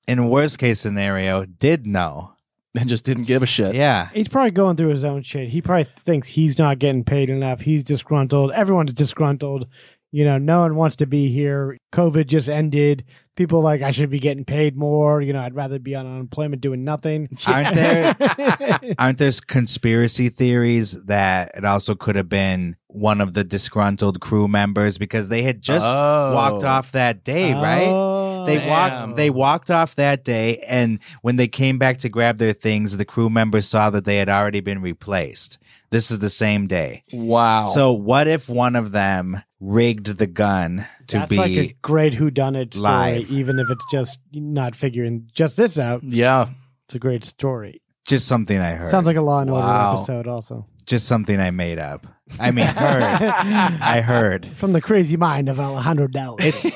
in worst case scenario, did know. And just didn't give a shit. Yeah. He's probably going through his own shit. He probably thinks he's not getting paid enough. He's disgruntled. Everyone's disgruntled. You know, no one wants to be here. COVID just ended. People are like I should be getting paid more. You know, I'd rather be on unemployment doing nothing. Aren't there aren't there conspiracy theories that it also could have been one of the disgruntled crew members because they had just Oh. walked off that day, Oh, right? Oh. They damn. walked they walked off that day and when they came back to grab their things, the crew members saw that they had already been replaced. This is the same day. Wow. So what if one of them rigged the gun to That's be like a great whodunit story, live. even if it's just not figuring just this out. Yeah. It's a great story. just something I heard? Sounds like a Law and Wow. Order episode, also. just something I made up. I mean, heard. I heard. From the crazy mind of Alejandro Dell. It's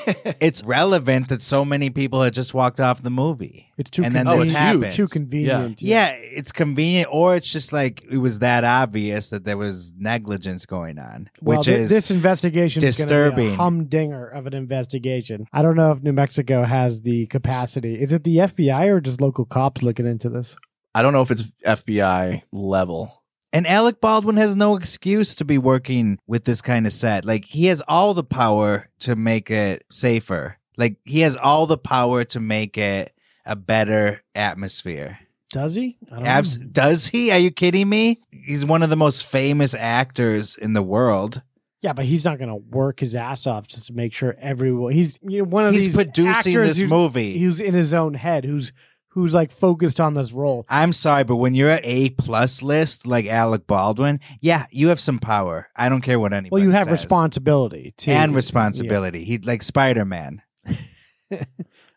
it's relevant that so many people had just walked off the movie. It's too and then convenient. this Oh, it's huge. happens. Too convenient, Yeah. Yeah, it's convenient, or it's just like it was that obvious that there was negligence going on, Well, which thi- is this investigation Be a disturbing. humdinger of an investigation. I don't know if New Mexico has the capacity. Is it the FBI or just local cops looking into this? I don't know if it's FBI level. And Alec Baldwin has no excuse to be working with this kind of set. Like he has all the power to make it safer. Like he has all the power to make it a better atmosphere. Does he? I don't Abs- know. does he? Are you kidding me? He's one of the most famous actors in the world. Yeah, but he's not going to work his ass off just to make sure everyone. He's you know one of He's these producing actors this who's- movie. Who's in his own head? Who's who's like focused on this role? I'm sorry, but when you're at A plus list like Alec Baldwin, yeah, you have some power. I don't care what anybody Well, you have says. responsibility too, and responsibility. He like Spider Man.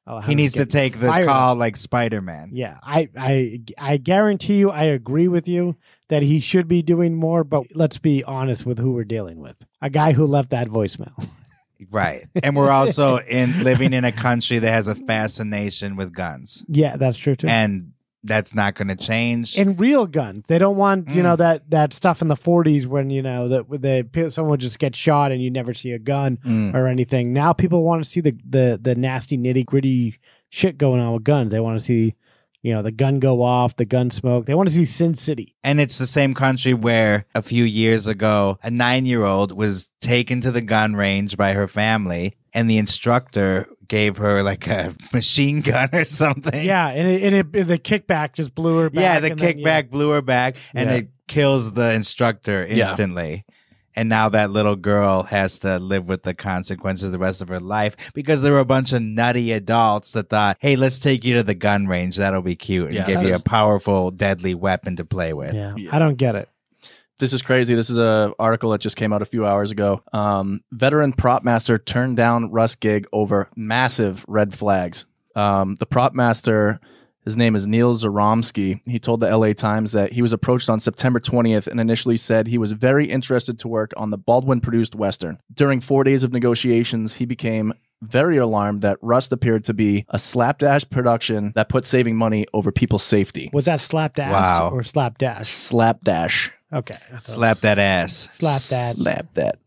Oh, He Howard's needs to getting take the fired call up. like Spider Man. Yeah, I, I, I guarantee you, I agree with you that he should be doing more. But let's be honest with who we're dealing with. A guy who left that voicemail. Right. And we're also in living in a country that has a fascination with guns. Yeah, that's true too. And that's not going to change. and real guns. They don't want you Mm. know that that stuff in the '40s when you know that the someone just gets shot and you never see a gun Mm. or anything. Now people want to see the the the nasty nitty gritty shit going on with guns. They want to see you know the gun go off, the gun smoke. They want to see Sin City. And it's the same country where a few years ago, a nine year old was taken to the gun range by her family, and the instructor gave her like a machine gun or something. Yeah, and it, and it, the kickback just blew her. back. Eh. yeah, the and then, kickback blew her back, and Yeah. it kills the instructor Yeah. instantly. And now that little girl has to live with the consequences the rest of her life because there were a bunch of nutty adults that thought, "Hey, let's take you to the gun range. That'll be cute and Yeah, give that you is- a powerful, deadly weapon to play with." Yeah. I don't get it. This is crazy. This is a article that just came out a few hours ago. Um, veteran prop master turned down Russ gig over massive red flags. Um, the prop master, his name is Neil Zaromsky. He told the LA Times that he was approached on September 20th and initially said he was very interested to work on the Baldwin produced Western. During four days of negotiations, he became very alarmed that Rust appeared to be a slapdash production that put saving money over people's safety. Was that slapdash Wow. or slapdash? Slapdash. Okay. I thought- Slap that ass. Slap that. Slap that.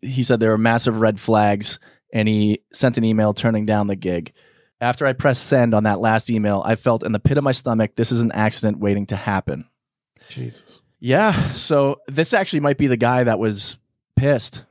He said there were massive red flags and he sent an email turning down the gig. After I pressed send on that last email, I felt in the pit of my stomach this is an accident waiting to happen. Jesus. Yeah. So this actually might be the guy that was pissed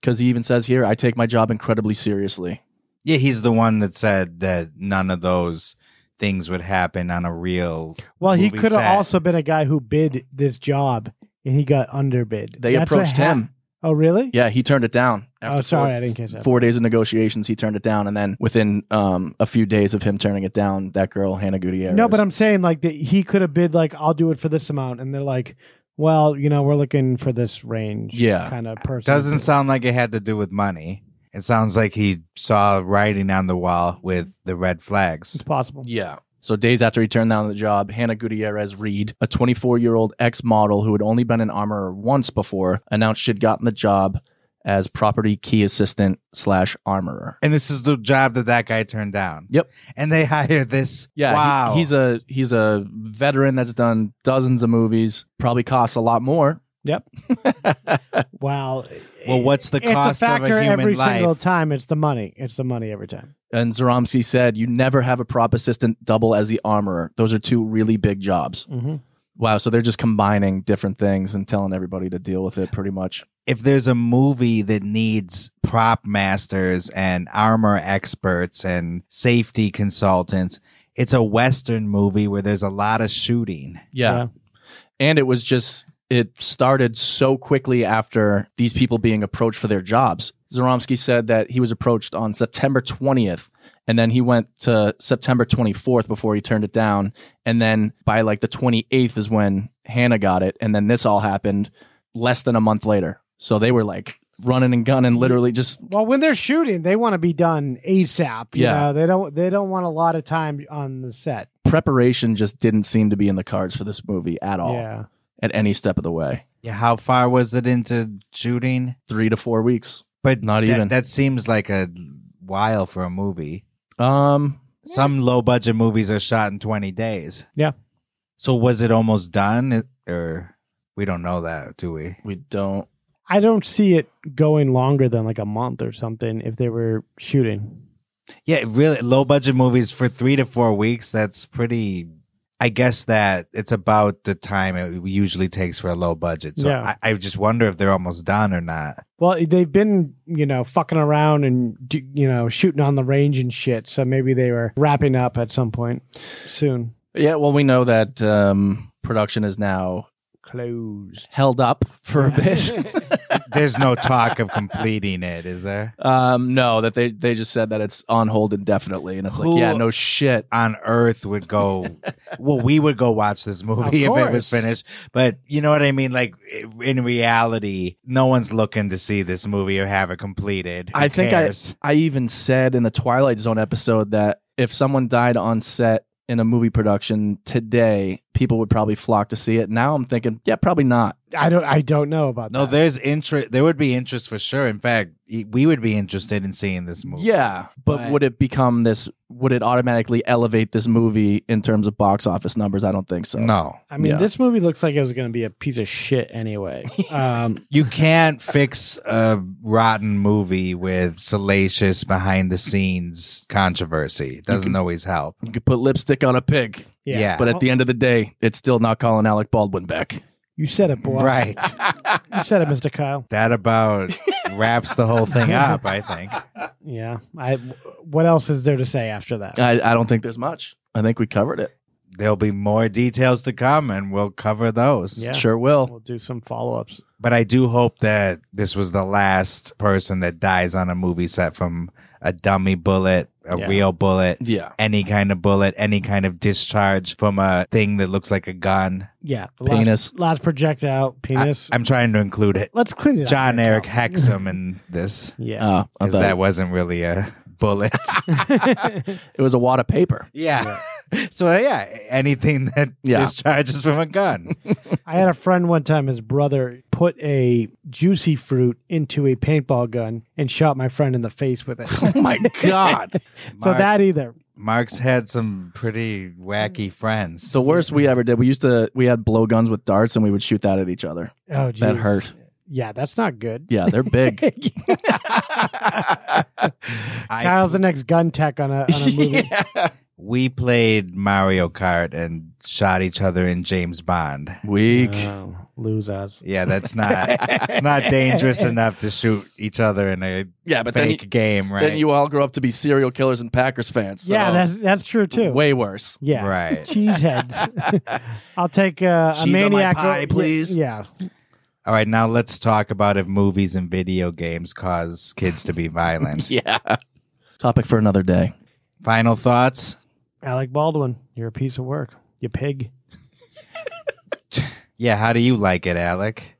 because he even says here, I take my job incredibly seriously. Yeah, he's the one that said that none of those things would happen on a real. Well, he movie could have set. also been a guy who bid this job and he got underbid. They That's what approached hap- him. Oh, really? Yeah, he turned it down. Oh, sorry, I didn't catch that. Four days of negotiations, he turned it down, and then within um, a few days of him turning it down, that girl Hannah Gutierrez. No, but I'm saying like that he could have bid like I'll do it for this amount, and they're like, well, you know, we're looking for this range. Yeah. kind of person. Doesn't sound like it had to do with money. It sounds like he saw writing on the wall with the red flags. It's possible. Yeah. So days after he turned down the job, Hannah Gutierrez Reed, a 24-year-old ex-model who had only been an armorer once before, announced she'd gotten the job as property key assistant slash armorer. And this is the job that that guy turned down. Yep. And they hire this. Yeah, he- Wow. he's a he's a veteran that's done dozens of movies. Probably costs a lot more. Yep. wow. Well, what's the it's cost a of factor a human every life? single time. It's the money. It's the money every time. And Zaromsky said, "You never have a prop assistant double as the armorer. Those are two really big jobs." Mm-hmm. Wow. So they're just combining different things and telling everybody to deal with it, pretty much. if there's a movie that needs prop masters and armor experts and safety consultants, it's a Western movie where there's a lot of shooting. Yeah. And it was just, it started so quickly after these people being approached for their jobs. Zaromsky said that he was approached on September 20th, and then he went to September 24th before he turned it down. And then by like the 28th is when Hannah got it. And then this all happened less than a month later. So they were like running and gunning, literally just, Well, when they're shooting, they want to be done ASAP. You Yeah. know, they don't. They don't want a lot of time on the set. preparation just didn't seem to be in the cards for this movie at all. Yeah. At any step of the way. Yeah, how far was it into shooting? Three to four weeks. But Not that- even. That seems like a while for a movie. Um, some low budget movies are shot in twenty days. Yeah. So was it almost done, It- or we don't know that, do we? We don't. I don't see it going longer than like a month or something if they were shooting. Yeah, really low budget movies for three to four weeks. That's pretty. I guess that it's about the time it usually takes for a low budget. So Yeah. I, I just wonder if they're almost done or not. Well, they've been, you know, fucking around and d- you know, shooting on the range and shit. So maybe they were wrapping up at some point soon. Yeah, well, we know that um, production is now closed, held up for a bit. There's no talk of completing it, is there? um, no, that they they just said that it's on hold indefinitely, and it's Who like, yeah, no shit. On Earth would go. well, we would go watch this movie if Of it was course. finished. But you know what I mean? Like in reality, no one's looking to see this movie or have it completed. Who I think I cares? I even said in the Twilight Zone episode that if someone died on set in a movie production today, people would probably flock to see it. Now I'm thinking, yeah, probably not. I don't I don't know about No, there's interest. There would be interest for sure. In fact, y- we would be interested in seeing this movie. Yeah, but, would it become this? Would it automatically elevate this movie in terms of box office numbers? I don't think so. No, I mean, Yeah. this movie looks like it was going to be a piece of shit anyway. Um, You can't fix a rotten movie with salacious behind the scenes controversy. It doesn't can- always help. You could put lipstick on a pig. Yeah. Yeah. But at the end of the day, it's still not calling Alec Baldwin back. you said it, boy. Right. You said it, Mr. Kyle. That about wraps the whole thing up, I think. Yeah. I what else is there to say after that? I, I don't think there's much. I think we covered it. There'll be more details to come and we'll cover those. Yeah. Sure will. We'll do some follow-ups. But I do hope that this was the last person that dies on a movie set from a dummy bullet, a Yeah. real bullet, Yeah. any kind of bullet, any kind of discharge from a thing that looks like a gun. Yeah. the Penis. Last, last projectile penis. I'm trying to include it. Let's clean it up. John Eric Hexum in this. Yeah. Oh, I Because thought- that wasn't really a bullet. It was a wad of paper. yeah. So, yeah, anything that Yeah. discharges from a gun. I had a friend one time, his brother put a juicy fruit into a paintball gun and shot my friend in the face with it. Oh my God. so that either. Mark's had some pretty wacky friends. The worst we ever did, we used to, we had blowguns with darts and we would shoot that at each other. Oh, That geez. hurt. Yeah, that's not good. Yeah, they're big. Kyle's the next gun tech on a, on a movie. We played Mario Kart and shot each other in James Bond. Weak. Oh, lose us. Yeah, that's not it's not dangerous enough to shoot each other in a Yeah, but then fake you- game, right? Then you all grow up to be serial killers and Packers fans. so Yeah, that's that's true too. way worse. yeah, Right. Cheeseheads. I'll take uh, a Cheese on my maniac. pie, yeah, please. Yeah, All right, now let's talk about if movies and video games cause kids to be violent. yeah. Topic for another day. Final thoughts? Alec Baldwin, you're a piece of work. You pig. Yeah, how do you like it, Alec?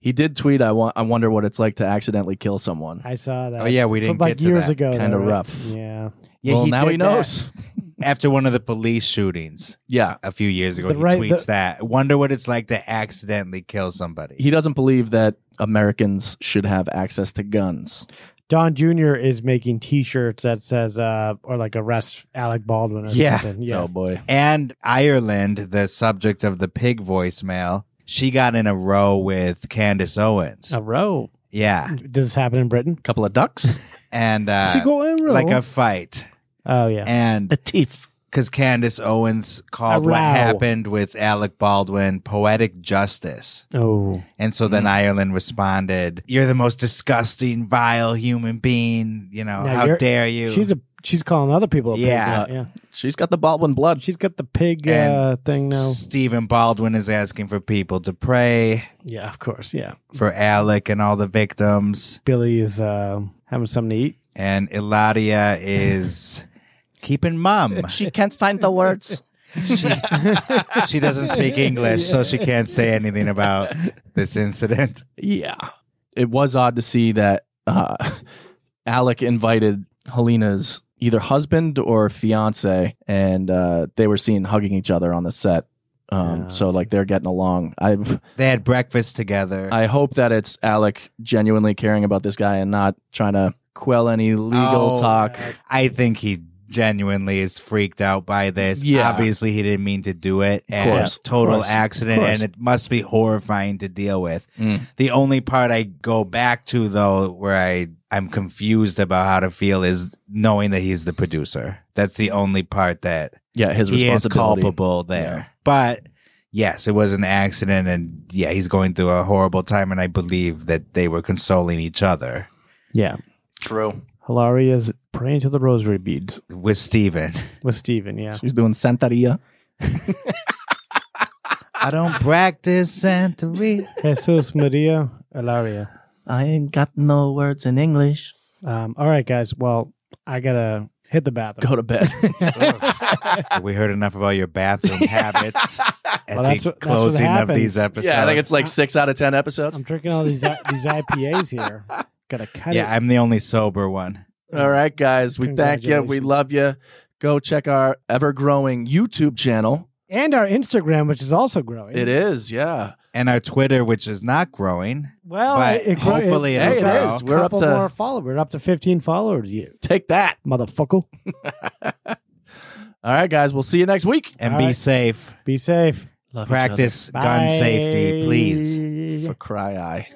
He did tweet, I, wa- I wonder what it's like to accidentally kill someone. I saw that. Oh, yeah, we didn't From, like get to years that. ago. Kind though, of right? rough. Yeah. Yeah, well, now did he that knows. After one of the police shootings. Yeah. A few years ago, The he right- tweets the- that. Wonder what it's like to accidentally kill somebody. He doesn't believe that Americans should have access to guns. Don Jr. is making t shirts that says, uh, or like arrest Alec Baldwin or something. Yeah. Oh, boy. And Ireland, the subject of the pig voicemail, she got in a row with Candace Owens. A row. Yeah. Does this happen in Britain? Couple of ducks. and uh, She go in row. like a fight. Oh, yeah. And a teeth. Because Candace Owens called A what row. happened with Alec Baldwin poetic justice. Oh. And so then Ireland responded, You're the most disgusting, vile human being. You know, Now how you're- dare you? She's a she's calling other people a Yeah. pig. now, Yeah. She's got the Baldwin blood. She's got the pig And uh, thing now. Stephen Baldwin is asking for people to pray Yeah, of course. Yeah. for Alec and all the victims. Billy is uh, having something to eat. And Eladia is keeping mum. She can't find the words. She doesn't speak English, so she can't say anything about this incident. Yeah. It was odd to see that uh, Alec invited Helena's either husband or fiance, and uh, they were seen hugging each other on the set. Um, So, like, they're getting along. I They had breakfast together. I hope that it's Alec genuinely caring about this guy and not trying to quell any legal Oh, talk. I think he genuinely is freaked out by this. Yeah. Obviously, he didn't mean to do it. And course, of total course, of accident. course. And it must be horrifying to deal with. Mm. The only part I go back to, though, where I, I'm confused about how to feel is knowing that he's the producer. That's the only part that Yeah, his he is responsibility. culpable there. But yes, it was an accident. And yeah, he's going through a horrible time. And I believe that they were consoling each other Yeah. True. Hilary is praying to the rosary beads with Steven. with Steven. Yeah. She's doing Santeria. I don't practice Santeria. Jesus Maria Hilaria. I ain't got no words in English. Um, all right, guys. Well, I got to hit the bathroom. Go to bed. we heard enough about your bathroom habits at the Well, that's what- that's what closing of happens. these episodes. yeah, I think it's like six out of 10 episodes. I'm drinking all these I- these IPAs here. Got to cut yeah, it. I'm the only sober one. All right, guys. We thank you. We Congratulations. love you. Go check our ever growing YouTube channel. and our Instagram, which is also growing. It is, yeah. And our Twitter, which is not growing. Well, But it, it grow- hopefully it, it'll Hey, it grow. is. We're up to more to followers. We're up to 15 followers. You take that. motherfucker. All right, guys. We'll see you next week. And All be right. safe. Be safe. Love Practice gun Bye. safety, please. for cry eye.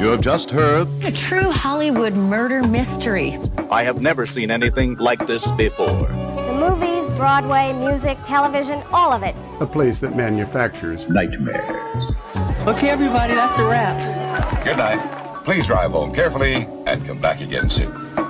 You have just heard A true Hollywood murder mystery. I have never seen anything like this before. The movies, Broadway, music, television, all of it. A place that manufactures nightmares. Okay, everybody, that's a wrap. Good night. Please drive home carefully and come back again soon.